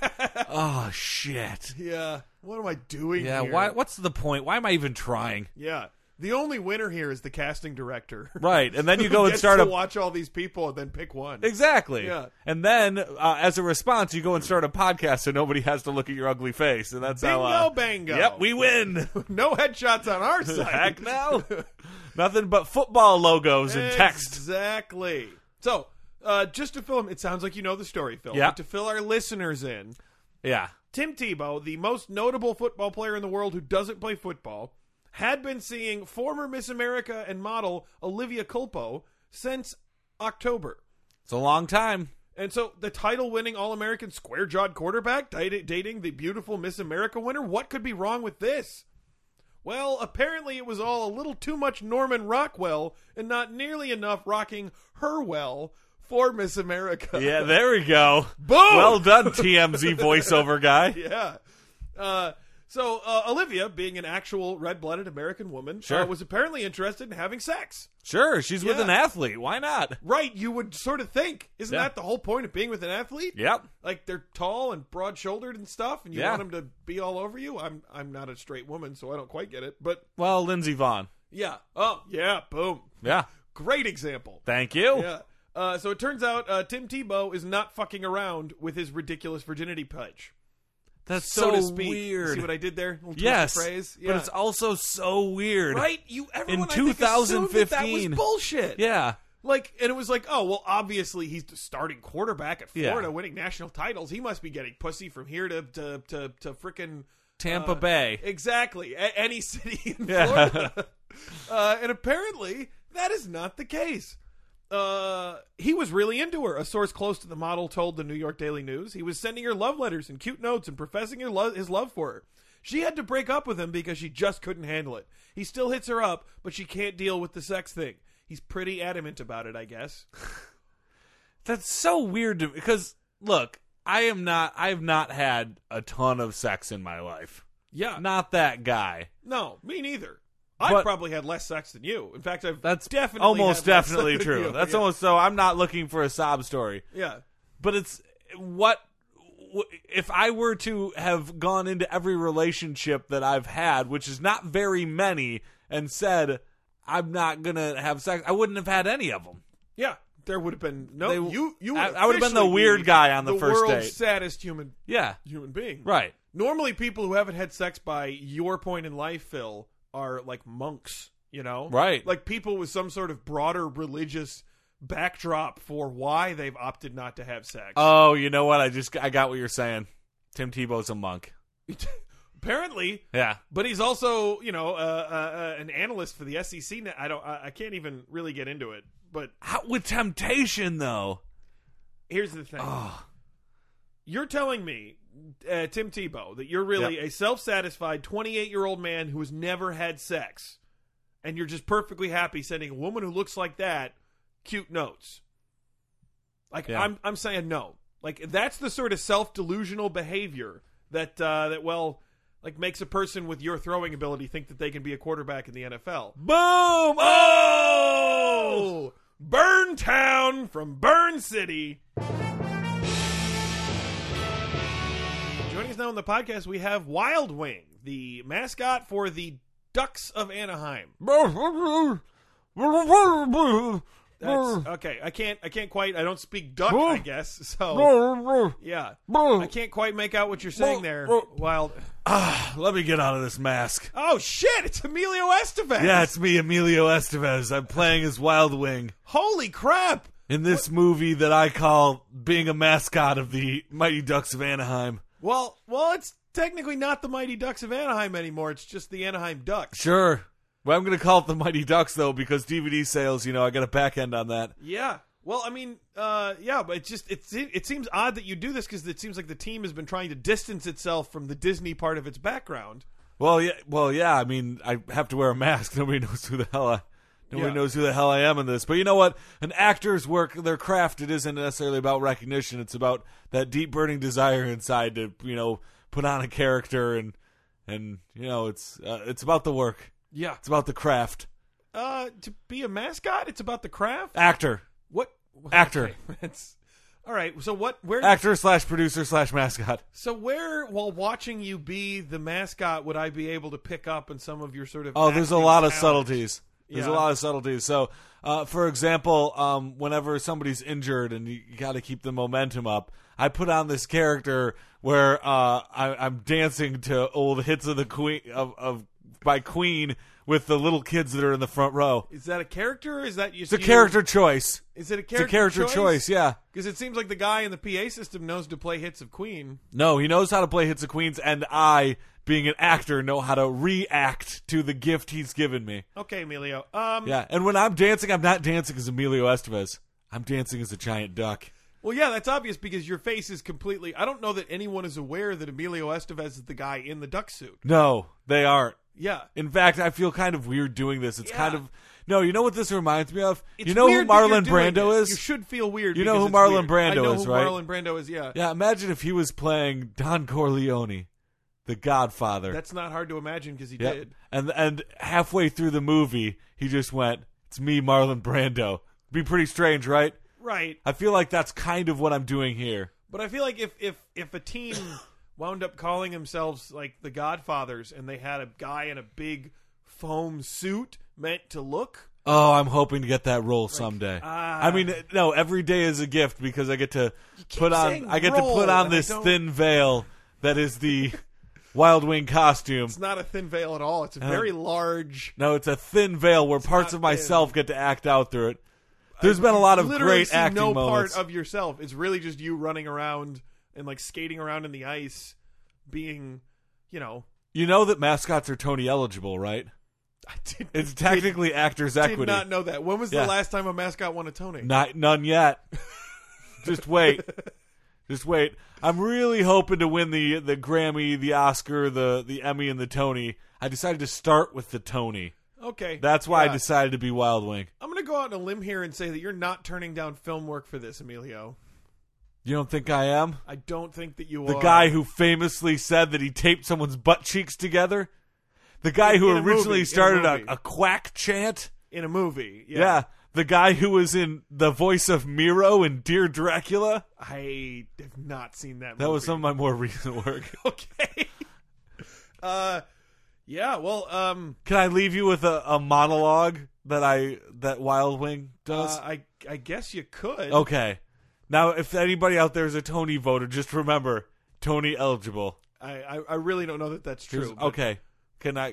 [SPEAKER 1] oh shit.
[SPEAKER 2] yeah. What am I doing
[SPEAKER 1] Yeah,
[SPEAKER 2] here?
[SPEAKER 1] why? What's the point? Why am I even trying?
[SPEAKER 2] Yeah. The only winner here is the casting director.
[SPEAKER 1] Right, and then you
[SPEAKER 2] Who
[SPEAKER 1] go and
[SPEAKER 2] gets
[SPEAKER 1] start
[SPEAKER 2] to
[SPEAKER 1] a
[SPEAKER 2] watch all these people and then pick one.
[SPEAKER 1] exactly.
[SPEAKER 2] Yeah.
[SPEAKER 1] and then uh, as a response, you go and start a podcast so nobody has to look at your ugly face, and that's how.
[SPEAKER 2] Bingo,
[SPEAKER 1] Uh,
[SPEAKER 2] bango.
[SPEAKER 1] Yep, we win.
[SPEAKER 2] no headshots on our side.
[SPEAKER 1] Heck no. Nothing but football logos and text.
[SPEAKER 2] Exactly. So, uh, just to fill him, it sounds like you know the story, Phil.
[SPEAKER 1] Yeah.
[SPEAKER 2] But to fill our listeners in,
[SPEAKER 1] Yeah,
[SPEAKER 2] Tim Tebow, the most notable football player in the world who doesn't play football, had been seeing former Miss America and model Olivia Culpo since October.
[SPEAKER 1] it's a long time.
[SPEAKER 2] And so the title winning All American square jawed quarterback dated- dating the beautiful Miss America winner, what could be wrong with this? Well, apparently it was all a little too much Norman Rockwell and not nearly enough rocking her well for Miss America.
[SPEAKER 1] Yeah, there we go.
[SPEAKER 2] Boom!
[SPEAKER 1] Well done, TMZ voiceover guy.
[SPEAKER 2] yeah. Uh, so uh, Olivia, being an actual red blooded American woman,
[SPEAKER 1] Sure.
[SPEAKER 2] uh, was apparently interested in having sex.
[SPEAKER 1] Sure, she's with
[SPEAKER 2] Yeah.
[SPEAKER 1] an athlete. Why not?
[SPEAKER 2] Right, you would sort of think. Isn't
[SPEAKER 1] Yeah.
[SPEAKER 2] that the whole point of being with an athlete?
[SPEAKER 1] Yep.
[SPEAKER 2] like they're tall and broad shouldered and stuff, and you
[SPEAKER 1] Yeah.
[SPEAKER 2] want 'em want them to be all over you. I'm I'm not a straight woman, so I don't quite get it. But
[SPEAKER 1] Well, Lindsey Vaughn.
[SPEAKER 2] yeah, oh yeah, boom,
[SPEAKER 1] Yeah.
[SPEAKER 2] great example.
[SPEAKER 1] Thank you.
[SPEAKER 2] Yeah. Uh, so it turns out uh, Tim Tebow is not fucking around with his ridiculous virginity pledge,
[SPEAKER 1] That's
[SPEAKER 2] so,
[SPEAKER 1] so,
[SPEAKER 2] to speak.
[SPEAKER 1] weird.
[SPEAKER 2] See what I did there? Little twist of
[SPEAKER 1] yes,
[SPEAKER 2] phrase. Yeah.
[SPEAKER 1] but it's also so weird.
[SPEAKER 2] right. You everyone
[SPEAKER 1] In
[SPEAKER 2] I think, assumed that that was
[SPEAKER 1] 2015.
[SPEAKER 2] bullshit.
[SPEAKER 1] Yeah.
[SPEAKER 2] Like, and it was like, oh well, obviously he's the starting quarterback at
[SPEAKER 1] Yeah.
[SPEAKER 2] Florida, winning national titles. He must be getting pussy from here to to to, to frickin'
[SPEAKER 1] Tampa
[SPEAKER 2] uh,
[SPEAKER 1] Bay.
[SPEAKER 2] Exactly, a- any city in
[SPEAKER 1] Yeah.
[SPEAKER 2] Florida. uh, and apparently, that is not the case. Uh, he was really into her. A source close to the model told the New York Daily News he was sending her love letters and cute notes and professing her lo- his love for her. She had to break up with him because she just couldn't handle it. He still hits her up, but she can't deal with the sex thing. He's pretty adamant about it, I guess.
[SPEAKER 1] That's so weird to because look, I am not I've not had a ton of sex in my life.
[SPEAKER 2] Yeah.
[SPEAKER 1] Not that guy.
[SPEAKER 2] No, me neither. I've
[SPEAKER 1] But-
[SPEAKER 2] probably had less sex than you. In fact, I've
[SPEAKER 1] That's
[SPEAKER 2] definitely
[SPEAKER 1] almost
[SPEAKER 2] had less
[SPEAKER 1] definitely
[SPEAKER 2] sex than
[SPEAKER 1] true.
[SPEAKER 2] you.
[SPEAKER 1] That's
[SPEAKER 2] yeah.
[SPEAKER 1] almost so I'm not looking for a sob story.
[SPEAKER 2] yeah.
[SPEAKER 1] but it's what w- if I were to have gone into every relationship that I've had, which is not very many, and said I'm not gonna have sex, I wouldn't have had any of them.
[SPEAKER 2] Yeah, there would have been no.
[SPEAKER 1] They-
[SPEAKER 2] you, you. Would
[SPEAKER 1] I- I would have been the
[SPEAKER 2] officially
[SPEAKER 1] weird guy on the first
[SPEAKER 2] world's
[SPEAKER 1] date.
[SPEAKER 2] saddest human
[SPEAKER 1] Yeah,
[SPEAKER 2] human being.
[SPEAKER 1] right.
[SPEAKER 2] Normally, people who haven't had sex by your point in life, Phil, are like monks. You know,
[SPEAKER 1] Right.
[SPEAKER 2] Like people with some sort of broader religious backdrop for why they've opted not to have sex.
[SPEAKER 1] Oh, you know what? I just I got what you're saying. Tim Tebow's a monk.
[SPEAKER 2] Apparently,
[SPEAKER 1] Yeah,
[SPEAKER 2] but he's also you know uh, uh, uh, an analyst for the SEC. Now. I don't. I, I can't even really get into it. But
[SPEAKER 1] Out with temptation though.
[SPEAKER 2] here's the thing.
[SPEAKER 1] Oh,
[SPEAKER 2] You're telling me, uh, Tim Tebow, that you're really a self satisfied 28 year old man who has never had sex, and you're just perfectly happy sending a woman who looks like that cute notes. Like
[SPEAKER 1] Yeah.
[SPEAKER 2] I'm, I'm saying no. Like that's the sort of self delusional behavior that uh, that well, like makes a person with your throwing ability think that they can be a quarterback in the NFL.
[SPEAKER 1] boom! Oh,
[SPEAKER 2] Oh, Burn Town from Burn City. times now on the podcast, we have Wild Wing, the mascot for the Ducks of Anaheim. That's, okay, I can't. I can't quite. I don't speak duck. I guess so. Yeah, I can't quite make out what you're saying there. Wild.
[SPEAKER 1] Ah, Let me get out of this mask.
[SPEAKER 2] Oh shit! It's Emilio Estevez.
[SPEAKER 1] Yeah, it's me, Emilio Estevez. I'm playing as Wild Wing
[SPEAKER 2] Holy crap!
[SPEAKER 1] in this movie that I call being a mascot of the Mighty Ducks of Anaheim.
[SPEAKER 2] Well, well, it's technically not the Mighty Ducks of Anaheim anymore. It's just the Anaheim Ducks.
[SPEAKER 1] Sure. Well, I'm going to call it the Mighty Ducks, though, because DVD sales, you know, I got a back end on that.
[SPEAKER 2] Yeah. Well, I mean, uh, yeah, but it just it se- it seems odd that you do this because it seems like the team has been trying to distance itself from the Disney part of its background.
[SPEAKER 1] Well, yeah, well, yeah. I mean, I have to wear a mask. Nobody knows who the hell I. Nobody
[SPEAKER 2] Yeah.
[SPEAKER 1] knows who the hell I am in this. But you know what? An actor's work, their craft, it isn't necessarily about recognition. It's about that deep burning desire inside to, you know, put on a character and and you know, it's uh, it's about the work.
[SPEAKER 2] Yeah.
[SPEAKER 1] It's about the craft.
[SPEAKER 2] Uh, to be a mascot, it's about the craft.
[SPEAKER 1] Actor,
[SPEAKER 2] What
[SPEAKER 1] Actor.
[SPEAKER 2] Okay, that's- all right. So what? Where?
[SPEAKER 1] actor slash producer slash mascot.
[SPEAKER 2] so where? While watching you be the mascot, would I be able to pick up on some of your sort of?
[SPEAKER 1] Oh, there's a
[SPEAKER 2] acting
[SPEAKER 1] lot of
[SPEAKER 2] talent?
[SPEAKER 1] subtleties. There's
[SPEAKER 2] Yeah.
[SPEAKER 1] a lot of subtleties. So, uh, for example, um, whenever somebody's injured and you, you got to keep the momentum up, I put on this character where uh, I, I'm dancing to old hits of the Queen of, of by Queen with the little kids that are in the front row.
[SPEAKER 2] Is that a character? Or is that just
[SPEAKER 1] It's a character choice.
[SPEAKER 2] Is it a
[SPEAKER 1] It's
[SPEAKER 2] character?
[SPEAKER 1] a character choice. Yeah.
[SPEAKER 2] Because it seems like the guy in the PA system knows to play hits of Queen.
[SPEAKER 1] No, he knows how to play hits of Queens, and I, being an actor, know how to react to the gift he's given me.
[SPEAKER 2] Okay, Emilio. Um,
[SPEAKER 1] Yeah, and when I'm dancing, I'm not dancing as Emilio Estevez. I'm dancing as a giant duck.
[SPEAKER 2] Well, yeah, that's obvious because your face is completely. I don't know that anyone is aware that Emilio Estevez is the guy in the duck suit.
[SPEAKER 1] No, they aren't.
[SPEAKER 2] Yeah.
[SPEAKER 1] In fact, I feel kind of weird doing this. It's
[SPEAKER 2] Yeah.
[SPEAKER 1] kind of no. You know what this reminds me of?
[SPEAKER 2] It's
[SPEAKER 1] you know who
[SPEAKER 2] weird that you're
[SPEAKER 1] Marlon
[SPEAKER 2] doing
[SPEAKER 1] Brando is?
[SPEAKER 2] this. You should feel weird.
[SPEAKER 1] You know
[SPEAKER 2] because
[SPEAKER 1] who
[SPEAKER 2] it's
[SPEAKER 1] Marlon
[SPEAKER 2] weird. I
[SPEAKER 1] Brando
[SPEAKER 2] know
[SPEAKER 1] is,
[SPEAKER 2] who
[SPEAKER 1] right?
[SPEAKER 2] Marlon Brando is, yeah.
[SPEAKER 1] yeah. Imagine if he was playing Don Corleone, The Godfather.
[SPEAKER 2] That's not hard to imagine because he
[SPEAKER 1] Yep.
[SPEAKER 2] did.
[SPEAKER 1] And and halfway through the movie, he just went, "It's me, Marlon Brando." Be pretty strange, right?
[SPEAKER 2] Right.
[SPEAKER 1] I feel like that's kind of what I'm doing here.
[SPEAKER 2] But I feel like if if if a team wound up calling themselves like the Godfathers and they had a guy in a big foam suit meant to look,
[SPEAKER 1] Oh, I'm hoping to get that role someday.
[SPEAKER 2] ah.
[SPEAKER 1] I mean, no, every day is a gift because I get to
[SPEAKER 2] keep
[SPEAKER 1] put on
[SPEAKER 2] saying
[SPEAKER 1] I get to
[SPEAKER 2] role,
[SPEAKER 1] put on
[SPEAKER 2] and I
[SPEAKER 1] this
[SPEAKER 2] don't-
[SPEAKER 1] thin veil that is the Wild Wing costume.
[SPEAKER 2] it's not a thin veil at all. It's a very large.
[SPEAKER 1] No, it's a thin veil where parts
[SPEAKER 2] not
[SPEAKER 1] of myself get to act out through it. There's been a lot of
[SPEAKER 2] literally
[SPEAKER 1] great
[SPEAKER 2] see
[SPEAKER 1] acting
[SPEAKER 2] no
[SPEAKER 1] moments.
[SPEAKER 2] part of yourself. It's really just you running around and like skating around in the ice, being, you know,
[SPEAKER 1] you know that mascots are Tony eligible, right?
[SPEAKER 2] I did,
[SPEAKER 1] It's technically actors
[SPEAKER 2] did
[SPEAKER 1] equity.
[SPEAKER 2] not know that. When was
[SPEAKER 1] Yeah.
[SPEAKER 2] the last time a mascot won a Tony?
[SPEAKER 1] Not none yet. Just wait. Just wait. I'm really hoping to win the the Grammy, the Oscar, the the Emmy, and the Tony. I decided to start with the Tony.
[SPEAKER 2] Okay,
[SPEAKER 1] That's why
[SPEAKER 2] Yeah.
[SPEAKER 1] I decided to be Wild Wing.
[SPEAKER 2] I'm gonna go out on a limb here and say that you're not turning down film work for this, Emilio.
[SPEAKER 1] You don't think I am?
[SPEAKER 2] I don't think that you
[SPEAKER 1] The
[SPEAKER 2] are
[SPEAKER 1] guy who famously said that he taped someone's butt cheeks together? The guy who
[SPEAKER 2] In a movie,
[SPEAKER 1] originally
[SPEAKER 2] in a
[SPEAKER 1] started
[SPEAKER 2] movie.
[SPEAKER 1] a, a quack chant?
[SPEAKER 2] in a movie. Yeah.
[SPEAKER 1] Yeah. The guy who was in the voice of Miro in Dear Dracula?
[SPEAKER 2] I have not seen that.
[SPEAKER 1] That
[SPEAKER 2] movie.
[SPEAKER 1] was some of my more recent work.
[SPEAKER 2] okay. uh, yeah. Well, um,
[SPEAKER 1] Can I leave you with a, a monologue that I that Wild Wing
[SPEAKER 2] uh,
[SPEAKER 1] does?
[SPEAKER 2] I I guess you could.
[SPEAKER 1] okay. Now, if anybody out there is a Tony voter, just remember Tony eligible.
[SPEAKER 2] I, I I really don't know that that's
[SPEAKER 1] Here's-
[SPEAKER 2] true. but-
[SPEAKER 1] okay. Can I?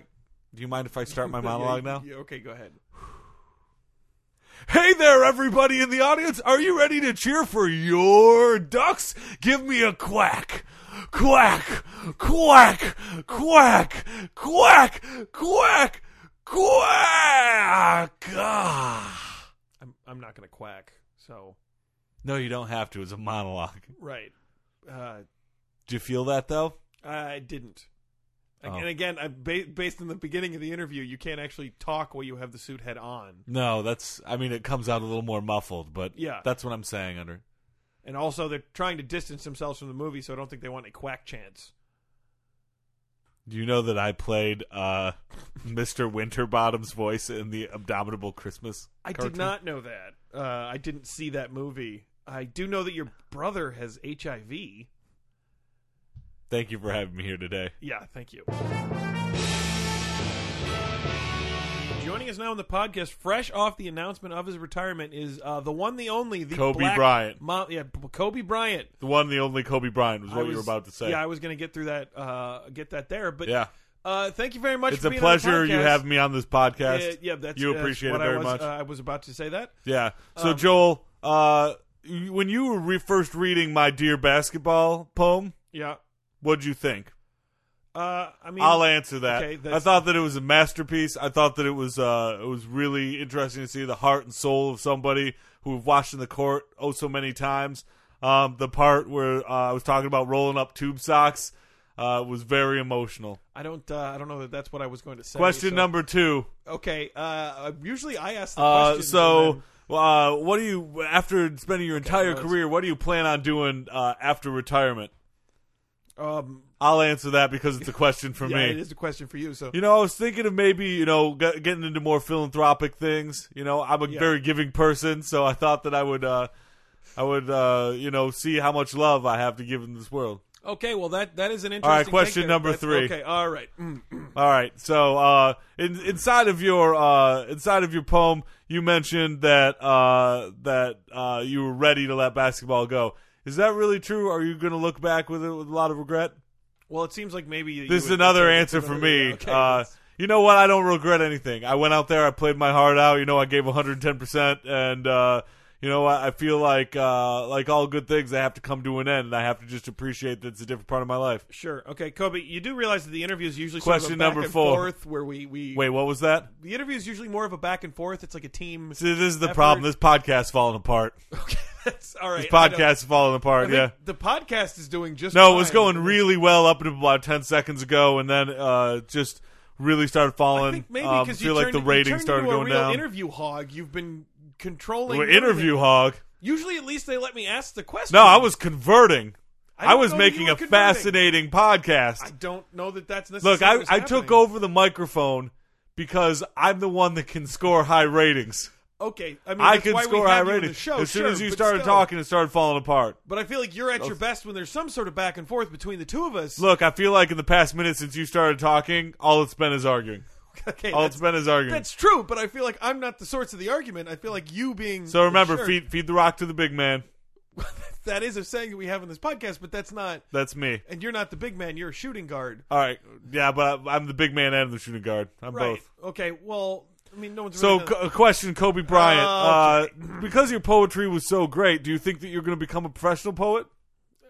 [SPEAKER 1] Do you mind if I start my
[SPEAKER 2] Yeah,
[SPEAKER 1] monologue
[SPEAKER 2] yeah,
[SPEAKER 1] now?
[SPEAKER 2] yeah, okay, go ahead.
[SPEAKER 1] Hey there, everybody in the audience. Are you ready to cheer for your ducks? Give me a quack. Quack, quack, quack, quack, quack, quack. Ah.
[SPEAKER 2] I'm I'm not gonna quack. So
[SPEAKER 1] No, you don't have to. It's a monologue.
[SPEAKER 2] right. Uh,
[SPEAKER 1] Do you feel that though?
[SPEAKER 2] I didn't.
[SPEAKER 1] Oh.
[SPEAKER 2] And again, I ba- based on the beginning of the interview, you can't actually talk while you have the suit head on.
[SPEAKER 1] No, that's. I mean, it comes out a little more muffled, but
[SPEAKER 2] Yeah.
[SPEAKER 1] that's what I'm saying. Under
[SPEAKER 2] And also, they're trying to distance themselves from the movie, so I don't think they want any quack chance.
[SPEAKER 1] do you know that I played uh, Mr. Winterbottom's voice in the Abominable Christmas?
[SPEAKER 2] I
[SPEAKER 1] cartoon?
[SPEAKER 2] did not know that. Uh, I didn't see that movie. I do know that your brother has HIV.
[SPEAKER 1] Thank you for having me here today.
[SPEAKER 2] Yeah, thank you. Joining us now on the podcast, fresh off the announcement of his retirement, is uh, the one, the only, the
[SPEAKER 1] Kobe
[SPEAKER 2] Black
[SPEAKER 1] Bryant.
[SPEAKER 2] Mo- yeah, B- Kobe Bryant.
[SPEAKER 1] The one, the only Kobe Bryant was
[SPEAKER 2] I
[SPEAKER 1] what you were
[SPEAKER 2] was-
[SPEAKER 1] about to say.
[SPEAKER 2] Yeah, I was going to get through that, uh, get that there. But
[SPEAKER 1] Yeah.
[SPEAKER 2] uh, thank you very much.
[SPEAKER 1] It's
[SPEAKER 2] for
[SPEAKER 1] a
[SPEAKER 2] being on the
[SPEAKER 1] pleasure you
[SPEAKER 2] podcast.
[SPEAKER 1] have me on this podcast.
[SPEAKER 2] Yeah, yeah, that's
[SPEAKER 1] you
[SPEAKER 2] that's
[SPEAKER 1] appreciate it
[SPEAKER 2] what I
[SPEAKER 1] very
[SPEAKER 2] was-
[SPEAKER 1] much.
[SPEAKER 2] Uh, um, I was about to say that.
[SPEAKER 1] yeah. So Joel, uh, y- when you were re- first reading my dear basketball poem,
[SPEAKER 2] Yeah.
[SPEAKER 1] what'd you think?
[SPEAKER 2] Uh, I mean,
[SPEAKER 1] I'll answer that.
[SPEAKER 2] Okay,
[SPEAKER 1] I
[SPEAKER 2] that's-
[SPEAKER 1] thought that it was a masterpiece. I thought that it was uh, it was really interesting to see the heart and soul of somebody who we've watched in the court oh so many times. Um, the part where uh, I was talking about rolling up tube socks uh, was very emotional.
[SPEAKER 2] I don't. Uh, I don't know that that's what I was going to say.
[SPEAKER 1] Question
[SPEAKER 2] so-
[SPEAKER 1] number two.
[SPEAKER 2] Okay. Uh, usually I ask the
[SPEAKER 1] Uh,
[SPEAKER 2] questions. and
[SPEAKER 1] so,
[SPEAKER 2] then-
[SPEAKER 1] uh, what do you after spending your entire
[SPEAKER 2] those.
[SPEAKER 1] career? What do you plan on doing uh, after retirement?
[SPEAKER 2] um,
[SPEAKER 1] I'll answer that because it's a question for
[SPEAKER 2] yeah,
[SPEAKER 1] me.
[SPEAKER 2] it is a question for you. So
[SPEAKER 1] You know, I was thinking of maybe you know get, getting into more philanthropic things. You know, I'm a
[SPEAKER 2] Yeah.
[SPEAKER 1] very giving person, so I thought that I would, uh, I would, uh, you know, see how much love I have to give in this world.
[SPEAKER 2] Okay, well that that is an interesting.
[SPEAKER 1] right, question
[SPEAKER 2] take there.
[SPEAKER 1] number
[SPEAKER 2] That's-
[SPEAKER 1] three.
[SPEAKER 2] Okay, all right. Mm.
[SPEAKER 1] All right, so uh, in, inside of your uh, inside of your poem, you mentioned that uh, that uh, you were ready to let basketball go. Is that really true? Are you going to look back with it with a lot of regret?
[SPEAKER 2] Well, it seems like maybe you
[SPEAKER 1] This is
[SPEAKER 2] would-
[SPEAKER 1] another
[SPEAKER 2] that's
[SPEAKER 1] answer for
[SPEAKER 2] another-
[SPEAKER 1] me.
[SPEAKER 2] yeah, okay,
[SPEAKER 1] uh,
[SPEAKER 2] that's-
[SPEAKER 1] you know what? I don't regret anything. I went out there, I played my heart out. You know, I gave 110, percent and uh, you know, I, I feel like uh, like all good things, they have to come to an end, and I have to just appreciate that it's a different part of my life.
[SPEAKER 2] sure. Okay, Kobe, you do realize that the interview is usually sort of a
[SPEAKER 1] Question
[SPEAKER 2] back
[SPEAKER 1] number
[SPEAKER 2] and
[SPEAKER 1] four.
[SPEAKER 2] forth where we we
[SPEAKER 1] Wait, what was that?
[SPEAKER 2] The interview is usually more of a back and forth. It's like a team.
[SPEAKER 1] See, this is the
[SPEAKER 2] Effort.
[SPEAKER 1] problem. This podcast's falling apart.
[SPEAKER 2] Okay, that's all right.
[SPEAKER 1] This
[SPEAKER 2] I don't-
[SPEAKER 1] podcast's falling
[SPEAKER 2] I
[SPEAKER 1] apart.
[SPEAKER 2] think
[SPEAKER 1] Yeah.
[SPEAKER 2] the podcast is doing just.
[SPEAKER 1] No, it was
[SPEAKER 2] fine.
[SPEAKER 1] going really well up until about 10 seconds ago, and then uh, just really started falling.
[SPEAKER 2] I think maybe
[SPEAKER 1] Um,
[SPEAKER 2] because
[SPEAKER 1] feel
[SPEAKER 2] you
[SPEAKER 1] like
[SPEAKER 2] turned,
[SPEAKER 1] the
[SPEAKER 2] you
[SPEAKER 1] ratings
[SPEAKER 2] turned
[SPEAKER 1] started
[SPEAKER 2] into a
[SPEAKER 1] going
[SPEAKER 2] real
[SPEAKER 1] down.
[SPEAKER 2] Interview hog. You've been controlling
[SPEAKER 1] We're
[SPEAKER 2] everything.
[SPEAKER 1] interview hog.
[SPEAKER 2] Usually, at least they let me ask the question.
[SPEAKER 1] No, I was converting. I,
[SPEAKER 2] don't
[SPEAKER 1] was
[SPEAKER 2] know that you
[SPEAKER 1] making
[SPEAKER 2] were
[SPEAKER 1] a
[SPEAKER 2] converting.
[SPEAKER 1] fascinating podcast.
[SPEAKER 2] I don't know that that's necessarily.
[SPEAKER 1] Look, I,
[SPEAKER 2] what's
[SPEAKER 1] I took
[SPEAKER 2] happening.
[SPEAKER 1] over the microphone because I'm the one that can score high ratings.
[SPEAKER 2] Okay, I mean,
[SPEAKER 1] I
[SPEAKER 2] that's
[SPEAKER 1] can
[SPEAKER 2] why
[SPEAKER 1] score
[SPEAKER 2] we
[SPEAKER 1] high
[SPEAKER 2] have you on
[SPEAKER 1] ratings.
[SPEAKER 2] The show,
[SPEAKER 1] as soon
[SPEAKER 2] sure,
[SPEAKER 1] as you
[SPEAKER 2] but
[SPEAKER 1] started
[SPEAKER 2] still.
[SPEAKER 1] talking, it started falling apart.
[SPEAKER 2] but I feel like you're at your best when there's some sort of back and forth between the two of us.
[SPEAKER 1] Look, I feel like in the past minute since you started talking, all it's been is arguing.
[SPEAKER 2] okay,
[SPEAKER 1] All
[SPEAKER 2] that's,
[SPEAKER 1] it's been is arguing.
[SPEAKER 2] that's true, but I feel like I'm not the source of the argument. I feel like you being
[SPEAKER 1] So remember,
[SPEAKER 2] sure,
[SPEAKER 1] feed feed the rock to the big man.
[SPEAKER 2] that is a saying that we have in this podcast, but that's not.
[SPEAKER 1] That's me.
[SPEAKER 2] And you're not the big man; you're a shooting guard,
[SPEAKER 1] All right, yeah, but I- I'm the big man and the shooting guard. I'm
[SPEAKER 2] right?
[SPEAKER 1] both.
[SPEAKER 2] Okay, well, I mean, no one's
[SPEAKER 1] So,
[SPEAKER 2] really
[SPEAKER 1] c- a question, Kobe Bryant.
[SPEAKER 2] Uh,
[SPEAKER 1] Uh, because your poetry was so great, do you think that you're going to become a professional poet?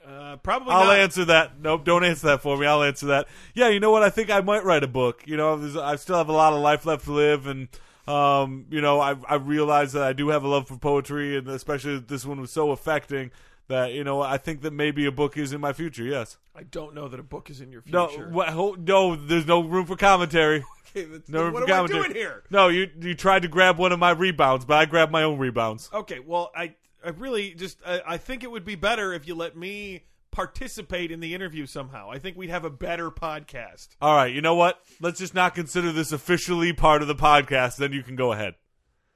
[SPEAKER 2] uh, probably
[SPEAKER 1] I'll
[SPEAKER 2] not.
[SPEAKER 1] answer that. Nope, don't answer that for me. I'll answer that. Yeah, you know what? I think I might write a book. You know, there's, I still have a lot of life left to live, and um, you know, I I realize that I do have a love for poetry, and especially this one was so affecting that you know I think that maybe a book is in my future. Yes.
[SPEAKER 2] I don't know that a book is in your
[SPEAKER 1] No,
[SPEAKER 2] future.
[SPEAKER 1] wha- ho- no, there's no room for commentary.
[SPEAKER 2] okay, that's,
[SPEAKER 1] No room
[SPEAKER 2] what
[SPEAKER 1] for
[SPEAKER 2] am
[SPEAKER 1] commentary.
[SPEAKER 2] I doing here?
[SPEAKER 1] No, you you tried to grab one of my rebounds, but I grabbed my own rebounds.
[SPEAKER 2] Okay, well, I I really just I, I think it would be better if you let me participate in the interview somehow. I think we'd have a better podcast.
[SPEAKER 1] All right, you know what? Let's just not consider this officially part of the podcast. Then you can go ahead.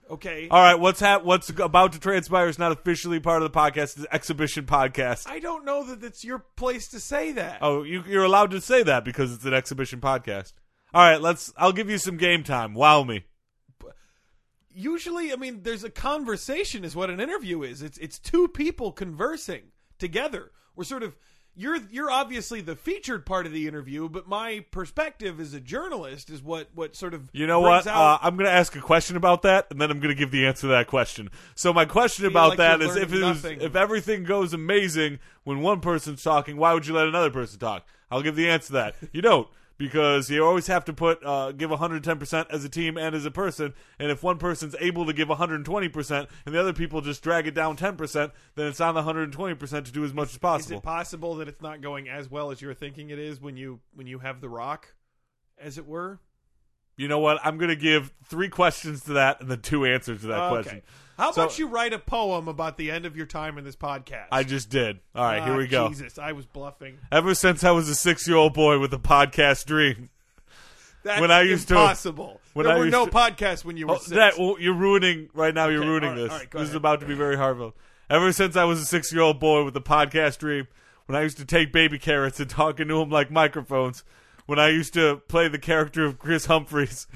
[SPEAKER 2] Okay.
[SPEAKER 1] All right, what's hap- what's about to transpire is not officially part of the podcast. It's an exhibition podcast.
[SPEAKER 2] I don't know that it's your place to say that.
[SPEAKER 1] Oh, you, you're allowed to say that because it's an exhibition podcast. All right, let's. I'll give you some game time. Wow me.
[SPEAKER 2] Usually, I mean, there's a conversation is what an interview is. It's it's two people conversing together. We're sort of you're you're obviously the featured part of the interview, but my perspective as a journalist is what what sort of
[SPEAKER 1] You know
[SPEAKER 2] brings
[SPEAKER 1] what?
[SPEAKER 2] out-
[SPEAKER 1] Uh, I'm going to ask a question about that, and then I'm going to give the answer to that question. So my question about
[SPEAKER 2] like
[SPEAKER 1] that
[SPEAKER 2] you're
[SPEAKER 1] is, if
[SPEAKER 2] learning
[SPEAKER 1] it was,
[SPEAKER 2] nothing.
[SPEAKER 1] if everything goes amazing when one person's talking, why would you let another person talk? I'll give the answer to that. You don't. Because you always have to put uh, give 110 percent as a team and as a person, and if one person's able to give 120 percent and the other people just drag it down 10 percent, then it's on the 120 percent to do as much as
[SPEAKER 2] Is
[SPEAKER 1] possible.
[SPEAKER 2] it possible that it's not going as well as you're thinking it is when you when you have the rock, as it were?
[SPEAKER 1] you know what? I'm gonna give three questions to that and then two answers to that
[SPEAKER 2] Okay.
[SPEAKER 1] question.
[SPEAKER 2] How
[SPEAKER 1] So-
[SPEAKER 2] about you write a poem about the end of your time in this podcast?
[SPEAKER 1] I just did. All right,
[SPEAKER 2] Ah,
[SPEAKER 1] here we go.
[SPEAKER 2] Jesus, I was bluffing.
[SPEAKER 1] Ever since I was a six year old boy with a podcast dream.
[SPEAKER 2] That's
[SPEAKER 1] When I used to-
[SPEAKER 2] impossible.
[SPEAKER 1] when
[SPEAKER 2] there
[SPEAKER 1] I
[SPEAKER 2] were
[SPEAKER 1] used
[SPEAKER 2] no
[SPEAKER 1] to-
[SPEAKER 2] podcasts when you were
[SPEAKER 1] Oh,
[SPEAKER 2] six.
[SPEAKER 1] that well, you're ruining right now. You're
[SPEAKER 2] Okay,
[SPEAKER 1] ruining
[SPEAKER 2] all right,
[SPEAKER 1] this.
[SPEAKER 2] all right, go
[SPEAKER 1] this is
[SPEAKER 2] ahead.
[SPEAKER 1] about to be very harmful. Ever since I was a six year old boy with a podcast dream, when I used to take baby carrots and talking to them like microphones, when I used to play the character of Chris Humphreys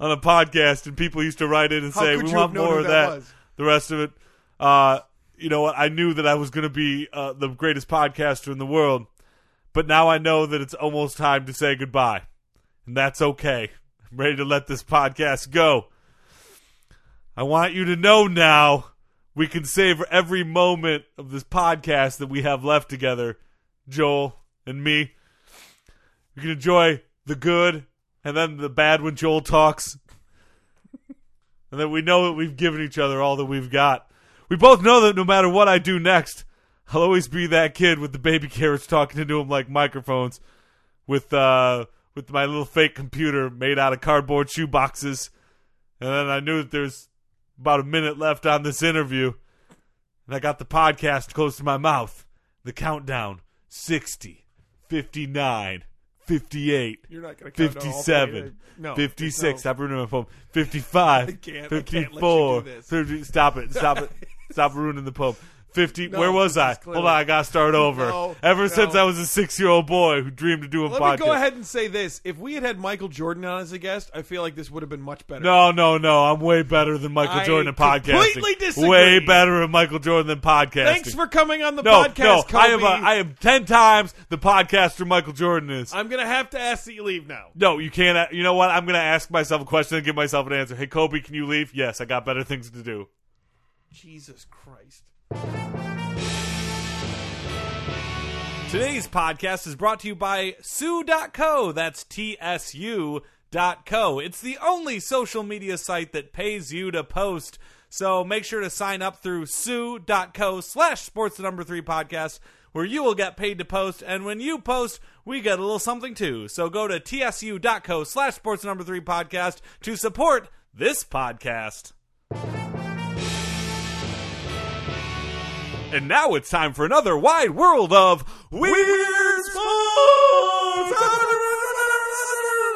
[SPEAKER 1] on a podcast, and people used to write in and
[SPEAKER 3] How
[SPEAKER 1] say,
[SPEAKER 3] could
[SPEAKER 1] "We
[SPEAKER 3] you
[SPEAKER 1] want
[SPEAKER 3] have known
[SPEAKER 1] more
[SPEAKER 3] who
[SPEAKER 1] of
[SPEAKER 3] that
[SPEAKER 1] that."
[SPEAKER 3] was?
[SPEAKER 1] The rest of it, uh, you know what? I knew that I was going to be uh, the greatest podcaster in the world, but now I know that it's almost time to say goodbye, and that's okay. I'm ready to let this podcast go. I want you to know now we can savor every moment of this podcast that we have left together, Joel and me. You can enjoy the good and then the bad when Joel talks. and then we know that we've given each other all that we've got. We both know that no matter what I do next, I'll always be that kid with the baby carrots talking into him like microphones with uh with my little fake computer made out of cardboard shoe boxes. And then I knew that there's about a minute left on this interview. And I got the podcast close to my mouth. The countdown 60, 59, 58,
[SPEAKER 3] You're not going to
[SPEAKER 1] 57,
[SPEAKER 2] uh, No,
[SPEAKER 1] 56. Stop ruining my phone. 55,
[SPEAKER 3] I can't- I can't let you
[SPEAKER 1] 54.
[SPEAKER 3] do this.
[SPEAKER 1] 30 stop it. Stop it. stop ruining the poem. 50.
[SPEAKER 3] No,
[SPEAKER 1] where was
[SPEAKER 3] this
[SPEAKER 1] I?
[SPEAKER 3] is
[SPEAKER 1] Hold
[SPEAKER 3] clearly-
[SPEAKER 1] on. I got to start over.
[SPEAKER 3] No,
[SPEAKER 1] Ever since
[SPEAKER 3] no.
[SPEAKER 1] I was a six year old boy who dreamed of doing
[SPEAKER 2] Let
[SPEAKER 1] podcasts.
[SPEAKER 2] me go ahead and say this: if we had had Michael Jordan on as a guest, I feel like this would have been much better.
[SPEAKER 1] No, no, no. I'm way better than Michael
[SPEAKER 2] I
[SPEAKER 1] Jordan at podcasting.
[SPEAKER 2] completely disagree.
[SPEAKER 1] Way better at Michael Jordan than podcasting.
[SPEAKER 2] Thanks for coming on the
[SPEAKER 1] no, no.
[SPEAKER 2] podcast, Kobe.
[SPEAKER 1] I am a, I am ten times the podcaster Michael Jordan is.
[SPEAKER 2] I'm gonna have to ask that you leave now.
[SPEAKER 1] no, you can't. You know what? I'm going to ask myself a question and give myself an answer. Hey, Kobe, can you leave? Yes, I got better things to do.
[SPEAKER 2] Jesus Christ.
[SPEAKER 1] Today's podcast is brought to you by Sue.co. That's T S U dot co. It's the only social media site that pays you to post. So make sure to sign up through Sue.co slash sports the number three podcast, where you will get paid to post. And when you post, we get a little something too. So go to TSU.co slash sports the number three podcast to support this podcast. And now it's time for another wide world of weird,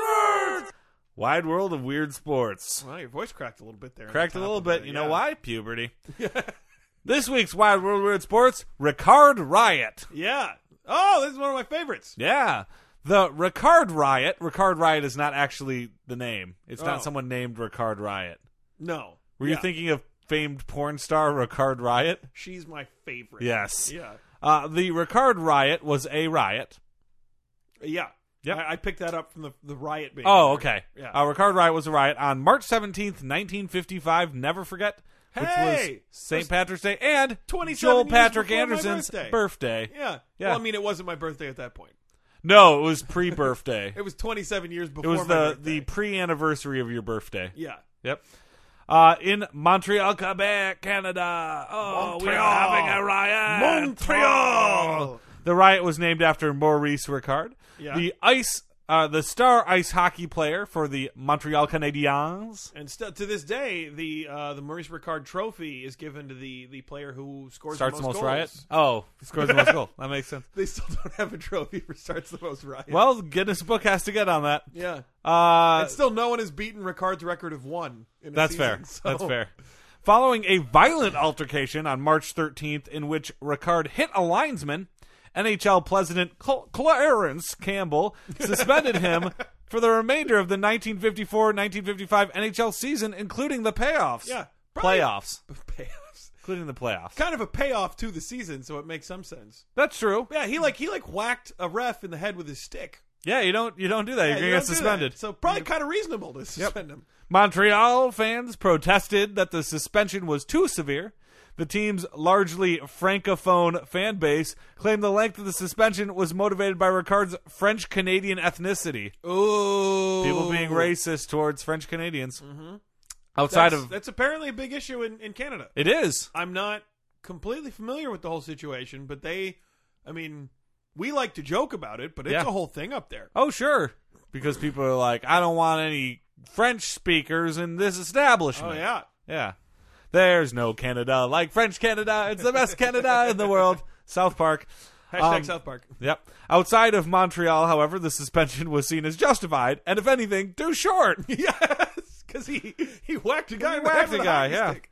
[SPEAKER 1] sports. Wide world of weird sports.
[SPEAKER 2] Well, your voice cracked a little bit there. on
[SPEAKER 1] Correct
[SPEAKER 2] the
[SPEAKER 1] a
[SPEAKER 2] top
[SPEAKER 1] little
[SPEAKER 2] of
[SPEAKER 1] bit.
[SPEAKER 2] it,
[SPEAKER 1] You know
[SPEAKER 2] yeah.
[SPEAKER 1] why? Puberty. this week's wide world of weird sports: Ricard Riot.
[SPEAKER 2] Yeah. Oh, this is one of my favorites.
[SPEAKER 1] Yeah. The Ricard Riot. Ricard Riot is not actually the name. It's
[SPEAKER 2] Oh.
[SPEAKER 1] not someone named Ricard Riot.
[SPEAKER 2] No.
[SPEAKER 1] Were
[SPEAKER 2] Yeah.
[SPEAKER 1] you thinking of famed porn star Ricard Riot?
[SPEAKER 2] she's my favorite?
[SPEAKER 1] Yes.
[SPEAKER 2] Yeah.
[SPEAKER 1] Uh, the Ricard Riot was a riot.
[SPEAKER 2] Yeah.
[SPEAKER 1] Yep.
[SPEAKER 2] I, I picked that up from the the riot. Being
[SPEAKER 1] Oh,
[SPEAKER 2] there.
[SPEAKER 1] okay.
[SPEAKER 2] Yeah.
[SPEAKER 1] Uh, Ricard Riot was a riot on March 17th, 1955. Never forget. Which was
[SPEAKER 2] Hey!
[SPEAKER 1] St. Patrick's Day and
[SPEAKER 2] 27
[SPEAKER 1] Joel
[SPEAKER 2] years
[SPEAKER 1] Patrick
[SPEAKER 2] before my
[SPEAKER 1] Anderson's
[SPEAKER 2] birthday. yeah.
[SPEAKER 1] Yeah.
[SPEAKER 2] Well, I mean, it wasn't my birthday at that point.
[SPEAKER 1] No, it was pre birthday.
[SPEAKER 2] It was 27 years
[SPEAKER 1] it
[SPEAKER 2] before.
[SPEAKER 1] was
[SPEAKER 2] my
[SPEAKER 1] the,
[SPEAKER 2] birthday.
[SPEAKER 1] the pre anniversary of your birthday.
[SPEAKER 2] Yeah.
[SPEAKER 1] Yep. Uh, in Montreal, Quebec, Canada. Oh, we
[SPEAKER 2] Montreal.
[SPEAKER 1] are having a riot.
[SPEAKER 2] Montreal.
[SPEAKER 1] The riot was named after Maurice Ricard,
[SPEAKER 2] Yeah.
[SPEAKER 1] the ice, uh, the star ice hockey player for the Montreal Canadiens.
[SPEAKER 2] And st- to this day, the uh, the Maurice Ricard Trophy is given to the the player who scores
[SPEAKER 1] starts
[SPEAKER 2] the
[SPEAKER 1] the most,
[SPEAKER 2] goals.
[SPEAKER 1] riot. Oh, scores the most goal. That makes sense.
[SPEAKER 2] They still don't have a trophy for starts the most riot.
[SPEAKER 1] Well, Guinness Book has to get on that.
[SPEAKER 2] yeah.
[SPEAKER 1] Uh,
[SPEAKER 2] and still, no one has beaten Ricard's record of one. In a
[SPEAKER 1] that's
[SPEAKER 2] season,
[SPEAKER 1] fair.
[SPEAKER 2] so-
[SPEAKER 1] That's fair. Following a violent altercation on March 13th, in which Ricard hit a linesman, NHL President Cl- Clarence Campbell suspended him for the remainder of the 1954-1955 NHL season, including the payoffs.
[SPEAKER 2] Yeah, probably-
[SPEAKER 1] playoffs,
[SPEAKER 2] Payoffs.
[SPEAKER 1] including the playoffs.
[SPEAKER 2] Kind of a payoff to the season, so it makes some sense.
[SPEAKER 1] That's true.
[SPEAKER 2] Yeah, he like he like whacked a ref in the head with his stick.
[SPEAKER 1] Yeah, you don't you don't do that.
[SPEAKER 2] Yeah,
[SPEAKER 1] You're
[SPEAKER 2] you
[SPEAKER 1] gonna get
[SPEAKER 2] don't do that.
[SPEAKER 1] suspended.
[SPEAKER 2] So probably kind of reasonable to suspend him.
[SPEAKER 1] Montreal fans protested that the suspension was too severe. The team's largely francophone fan base claimed the length of the suspension was motivated by Ricard's French Canadian ethnicity.
[SPEAKER 2] Ooh, Mm-hmm.
[SPEAKER 1] People being racist towards French Canadians. Outside
[SPEAKER 2] That's,
[SPEAKER 1] of
[SPEAKER 2] that's apparently a big issue in, in Canada.
[SPEAKER 1] it is.
[SPEAKER 2] I'm not completely familiar with the whole situation, but they, I mean, we like to joke about it, but it's
[SPEAKER 1] Yeah.
[SPEAKER 2] a whole thing up there.
[SPEAKER 1] Oh sure, because people are like, I don't want any French speakers in this
[SPEAKER 2] Oh
[SPEAKER 1] establishment.
[SPEAKER 2] yeah,
[SPEAKER 1] Yeah. There's no Canada like French Canada. It's the best Canada in the world. South Park.
[SPEAKER 2] hashtag
[SPEAKER 1] Um,
[SPEAKER 2] South Park.
[SPEAKER 1] Yep. Outside of Montreal, however, the suspension was seen as justified, and if anything, too short.
[SPEAKER 2] yes, because he he whacked a guy.
[SPEAKER 1] He
[SPEAKER 2] in the head
[SPEAKER 1] whacked
[SPEAKER 2] with
[SPEAKER 1] a guy,
[SPEAKER 2] hockey
[SPEAKER 1] yeah.
[SPEAKER 2] stick.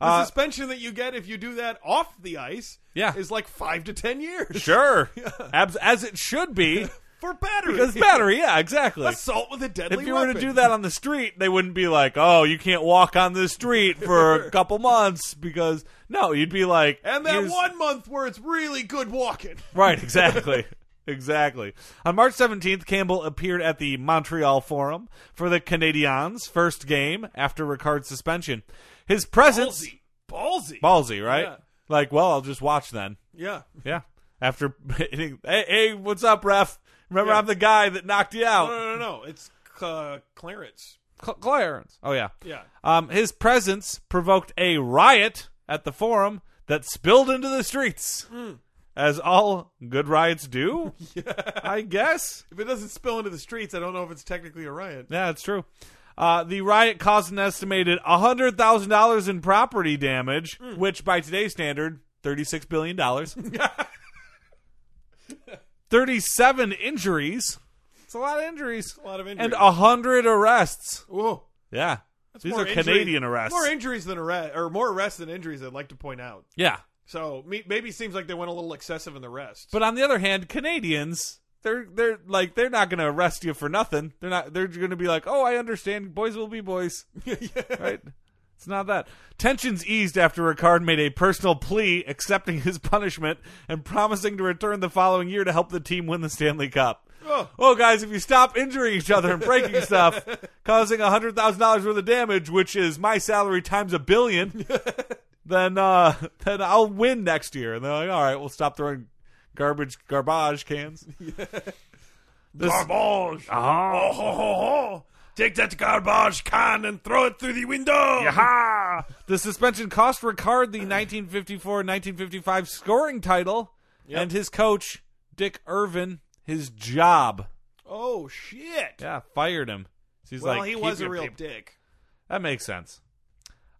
[SPEAKER 2] The
[SPEAKER 1] Uh,
[SPEAKER 2] suspension that you get if you do that off the ice
[SPEAKER 1] Yeah.
[SPEAKER 2] is like five to ten years
[SPEAKER 1] Sure. Abs- as it should be.
[SPEAKER 2] for battery.
[SPEAKER 1] Because battery, yeah, exactly.
[SPEAKER 2] Assault with a deadly
[SPEAKER 1] If you
[SPEAKER 2] weapon.
[SPEAKER 1] were to do that on the street, they wouldn't be like, "Oh, you can't walk on the street for a couple months because no, you'd be like,
[SPEAKER 2] And that
[SPEAKER 1] here's-
[SPEAKER 2] one month where it's really good walking.
[SPEAKER 1] right, exactly." Exactly. On March 17th, Campbell appeared at the Montreal Forum for the Canadiens' first game after Ricard's suspension. His presence
[SPEAKER 2] Ballsy. Ballsy.
[SPEAKER 1] ballsy, right?
[SPEAKER 2] Yeah.
[SPEAKER 1] Like, well, I'll just watch then.
[SPEAKER 2] yeah.
[SPEAKER 1] Yeah. After hitting, hey, hey, what's up, ref? Remember,
[SPEAKER 2] Yeah.
[SPEAKER 1] I'm the guy that knocked you
[SPEAKER 2] No,
[SPEAKER 1] out.
[SPEAKER 2] no, no, no. It's uh, Clarence.
[SPEAKER 1] Cl- Clarence. Oh yeah.
[SPEAKER 2] Yeah.
[SPEAKER 1] Um, his presence provoked a riot at the forum that spilled into the streets, as all good riots do. I guess.
[SPEAKER 2] If it doesn't spill into the streets, I don't know if it's technically a riot.
[SPEAKER 1] Yeah, it's true. Uh, the riot caused an estimated hundred thousand dollars in property damage,
[SPEAKER 2] Hmm.
[SPEAKER 1] which, by today's standard, thirty-six billion dollars. Thirty-seven injuries. It's a lot of injuries.
[SPEAKER 2] A lot of injuries.
[SPEAKER 1] And hundred arrests.
[SPEAKER 2] Whoa.
[SPEAKER 1] Yeah, these
[SPEAKER 2] Hmm. More
[SPEAKER 1] are
[SPEAKER 2] injuries-
[SPEAKER 1] Canadian arrests.
[SPEAKER 2] More injuries than arrest, or more arrests than injuries. I'd like to point out.
[SPEAKER 1] yeah,
[SPEAKER 2] So me- maybe it seems like they went a little excessive in the rest.
[SPEAKER 1] But on the other hand, Canadians, they're they're like they're not going to arrest you for nothing. They're not. They're going to be like, oh, I understand. Boys will be boys, right? It's not that. Tensions eased after Ricard made a personal plea accepting his punishment and promising to return the following year to help the team win the Stanley Cup.
[SPEAKER 2] Oh.
[SPEAKER 1] Oh, guys, if you stop injuring each other and breaking stuff, causing $100,000 worth of damage, which is my salary times a billion, then uh, then I'll win next year. And they're like, all right, we'll stop throwing garbage garbage cans. This-
[SPEAKER 2] garbage.
[SPEAKER 1] Uh-huh.
[SPEAKER 2] Oh, ho, ho, ho. Take that garbage can and throw it through the window.
[SPEAKER 1] Yaha! The suspension cost Ricard the 1954-1955 scoring title and his coach Dick Irvin his job.
[SPEAKER 2] Oh shit.
[SPEAKER 1] Yeah, fired him. So he's
[SPEAKER 2] well,
[SPEAKER 1] like,
[SPEAKER 2] he
[SPEAKER 1] "Keep
[SPEAKER 2] was a
[SPEAKER 1] your
[SPEAKER 2] real
[SPEAKER 1] peop-"
[SPEAKER 2] dick.
[SPEAKER 1] That makes sense.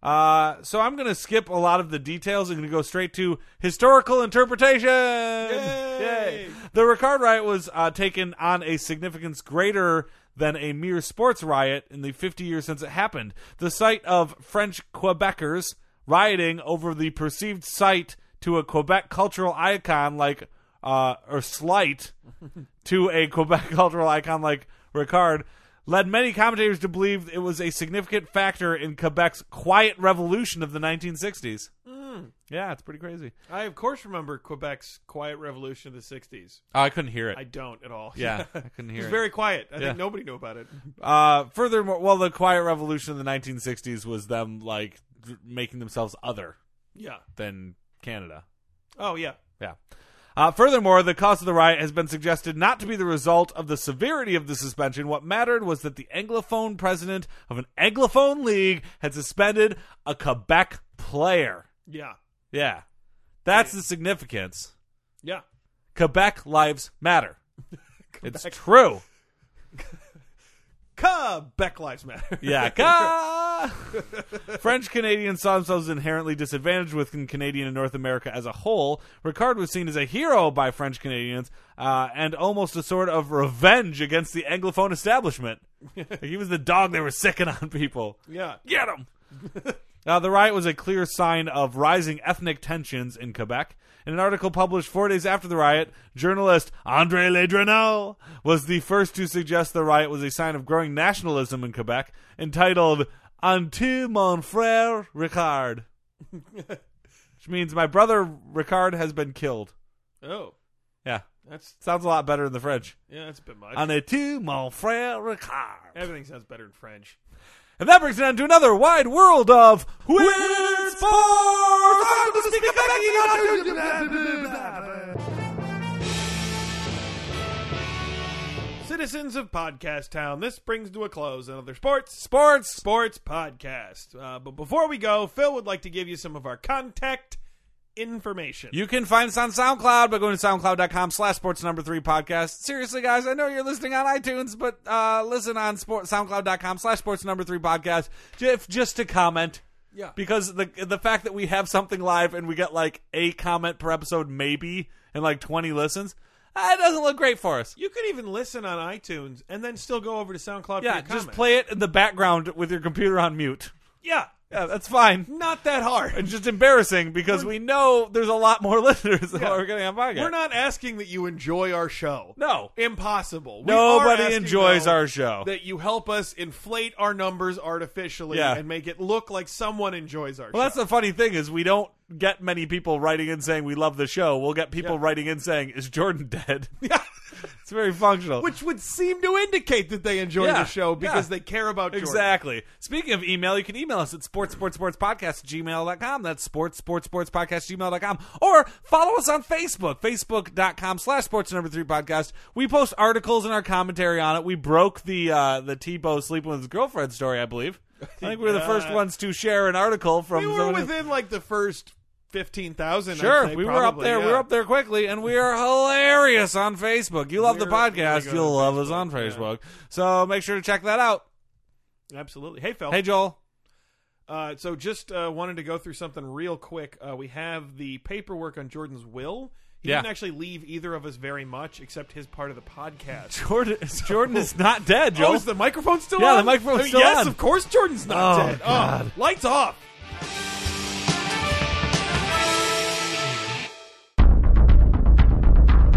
[SPEAKER 1] Uh, so I'm going to skip a lot of the details. I'm going to go straight to historical interpretation.
[SPEAKER 2] Yay!
[SPEAKER 1] The Ricard riot was uh, taken on a significance greater than a mere sports riot in the 50 years since it happened. The sight of French Quebecers rioting over the perceived slight to a Quebec cultural icon like uh, or slight to a Quebec cultural icon like Ricard led many commentators to believe it was a significant factor in Quebec's quiet revolution of the 1960s. Yeah, it's pretty crazy.
[SPEAKER 2] I of course remember Quebec's quiet revolution of the '60s.
[SPEAKER 1] Oh, I couldn't hear it.
[SPEAKER 2] I don't at all.
[SPEAKER 1] yeah, I couldn't
[SPEAKER 2] It
[SPEAKER 1] hear
[SPEAKER 2] was
[SPEAKER 1] it.
[SPEAKER 2] very quiet. I
[SPEAKER 1] Yeah.
[SPEAKER 2] think nobody knew about it.
[SPEAKER 1] Uh, furthermore, well, the Quiet Revolution of the 1960s was them like dr- making themselves other
[SPEAKER 2] Yeah.
[SPEAKER 1] than Canada.
[SPEAKER 2] Oh yeah.
[SPEAKER 1] Yeah. Uh, furthermore, the cause of the riot has been suggested not to be the result of the severity of the suspension. What mattered was that the Anglophone president of an Anglophone league had suspended a Quebec player.
[SPEAKER 2] Yeah.
[SPEAKER 1] Yeah, that's the significance.
[SPEAKER 2] Yeah.
[SPEAKER 1] Quebec lives matter. It's true.
[SPEAKER 2] Quebec lives matter.
[SPEAKER 1] Yeah. Ka- French Canadians saw themselves inherently disadvantaged within Canadian and North America as a whole. Ricard was seen as a hero by French Canadians uh, and almost a sort of revenge against the Anglophone establishment. Like, he was the dog they were sicking on people.
[SPEAKER 2] yeah.
[SPEAKER 1] Get him! Now, Uh, the riot was a clear sign of rising ethnic tensions in Quebec. In an article published four days after the riot, journalist Andre Ledrenault was the first to suggest the riot was a sign of growing nationalism in Quebec, entitled Anti mon frère Ricard, which means my brother Ricard has been killed.
[SPEAKER 2] Oh,
[SPEAKER 1] Yeah,
[SPEAKER 2] that's
[SPEAKER 1] sounds a lot better in the French.
[SPEAKER 2] yeah. That's a bit much.
[SPEAKER 1] Anti mon frère Ricard.
[SPEAKER 2] Everything sounds better in French.
[SPEAKER 1] And that brings it on to another wide world of weird sports. Hard to speak about it.
[SPEAKER 2] Citizens of Podcast Town, this brings to a close another sports
[SPEAKER 1] Sports.
[SPEAKER 2] sports podcast. Uh, but before we go, Phil would like to give you some of our contact information.
[SPEAKER 1] You can find us on SoundCloud by going to soundcloud.com slash sports number three podcast. Seriously, guys, I know you're listening on iTunes, but uh, listen on sport, soundcloud.com slash sports number three podcast if, just to comment.
[SPEAKER 2] Yeah.
[SPEAKER 1] Because the the fact that we have something live and we get like a comment per episode, maybe, and like 20 listens, uh, it doesn't look great for us.
[SPEAKER 2] you could even listen on iTunes and then still go over to SoundCloud.
[SPEAKER 1] Yeah, just
[SPEAKER 2] for your comment.
[SPEAKER 1] play it in the background with your computer on mute. Yeah, yeah, that's fine.
[SPEAKER 2] Not that hard.
[SPEAKER 1] It's just embarrassing because we know there's a lot more listeners than what we're getting on podcast.
[SPEAKER 2] We're not asking that you enjoy our show.
[SPEAKER 1] No,
[SPEAKER 2] Impossible. We are
[SPEAKER 1] nobody
[SPEAKER 2] asking,
[SPEAKER 1] enjoys
[SPEAKER 2] though,
[SPEAKER 1] our show.
[SPEAKER 2] That you help us inflate our numbers artificially
[SPEAKER 1] Yeah.
[SPEAKER 2] and make it look like someone enjoys our
[SPEAKER 1] Well,
[SPEAKER 2] show.
[SPEAKER 1] that's the funny thing is we don't get many people writing in saying we love the show. We'll get people
[SPEAKER 2] Yeah.
[SPEAKER 1] writing in saying, "Is Jordan dead?" Yeah, it's very functional.
[SPEAKER 2] Which would seem to indicate that they enjoy
[SPEAKER 1] Yeah,
[SPEAKER 2] the show because
[SPEAKER 1] yeah.
[SPEAKER 2] they care about Jordan.
[SPEAKER 1] Exactly. Speaking of email, you can email us at sports, sports, sports podcast, gmail.com. That's sports, sports, sports podcast, gmail.com. Or follow us on Facebook, facebook.com slash sports number three podcast. We post articles and our commentary on it. We broke the, uh, the Tebow sleeping with his girlfriend story, I believe. I think we were the
[SPEAKER 2] Yeah.
[SPEAKER 1] first ones to share an article from
[SPEAKER 2] We were
[SPEAKER 1] someone who-
[SPEAKER 2] within like the first fifteen thousand.
[SPEAKER 1] Sure,
[SPEAKER 2] say,
[SPEAKER 1] we were up
[SPEAKER 2] probably,
[SPEAKER 1] there.
[SPEAKER 2] Yeah.
[SPEAKER 1] We were up there quickly, and we are hilarious on Facebook. You love the
[SPEAKER 2] We're really
[SPEAKER 1] podcast,
[SPEAKER 2] good
[SPEAKER 1] you'll
[SPEAKER 2] on
[SPEAKER 1] love us on
[SPEAKER 2] Facebook, yeah.
[SPEAKER 1] Facebook. So make sure to check that out.
[SPEAKER 2] Absolutely. Hey, Phil.
[SPEAKER 1] Hey, Joel.
[SPEAKER 2] Uh, so just uh, wanted to go through something real quick. Uh, we have the paperwork on Jordan's will. He
[SPEAKER 1] Yeah.
[SPEAKER 2] didn't actually leave either of us very much, except his part of the podcast.
[SPEAKER 1] Jordan, Jordan is not dead,
[SPEAKER 2] Oh,
[SPEAKER 1] Joel.
[SPEAKER 2] is the microphone still
[SPEAKER 1] Yeah,
[SPEAKER 2] on?
[SPEAKER 1] the microphone's
[SPEAKER 2] I mean,
[SPEAKER 1] still
[SPEAKER 2] yes,
[SPEAKER 1] on.
[SPEAKER 2] of course Jordan's not
[SPEAKER 1] Oh,
[SPEAKER 2] dead.
[SPEAKER 1] God.
[SPEAKER 2] Oh, lights off.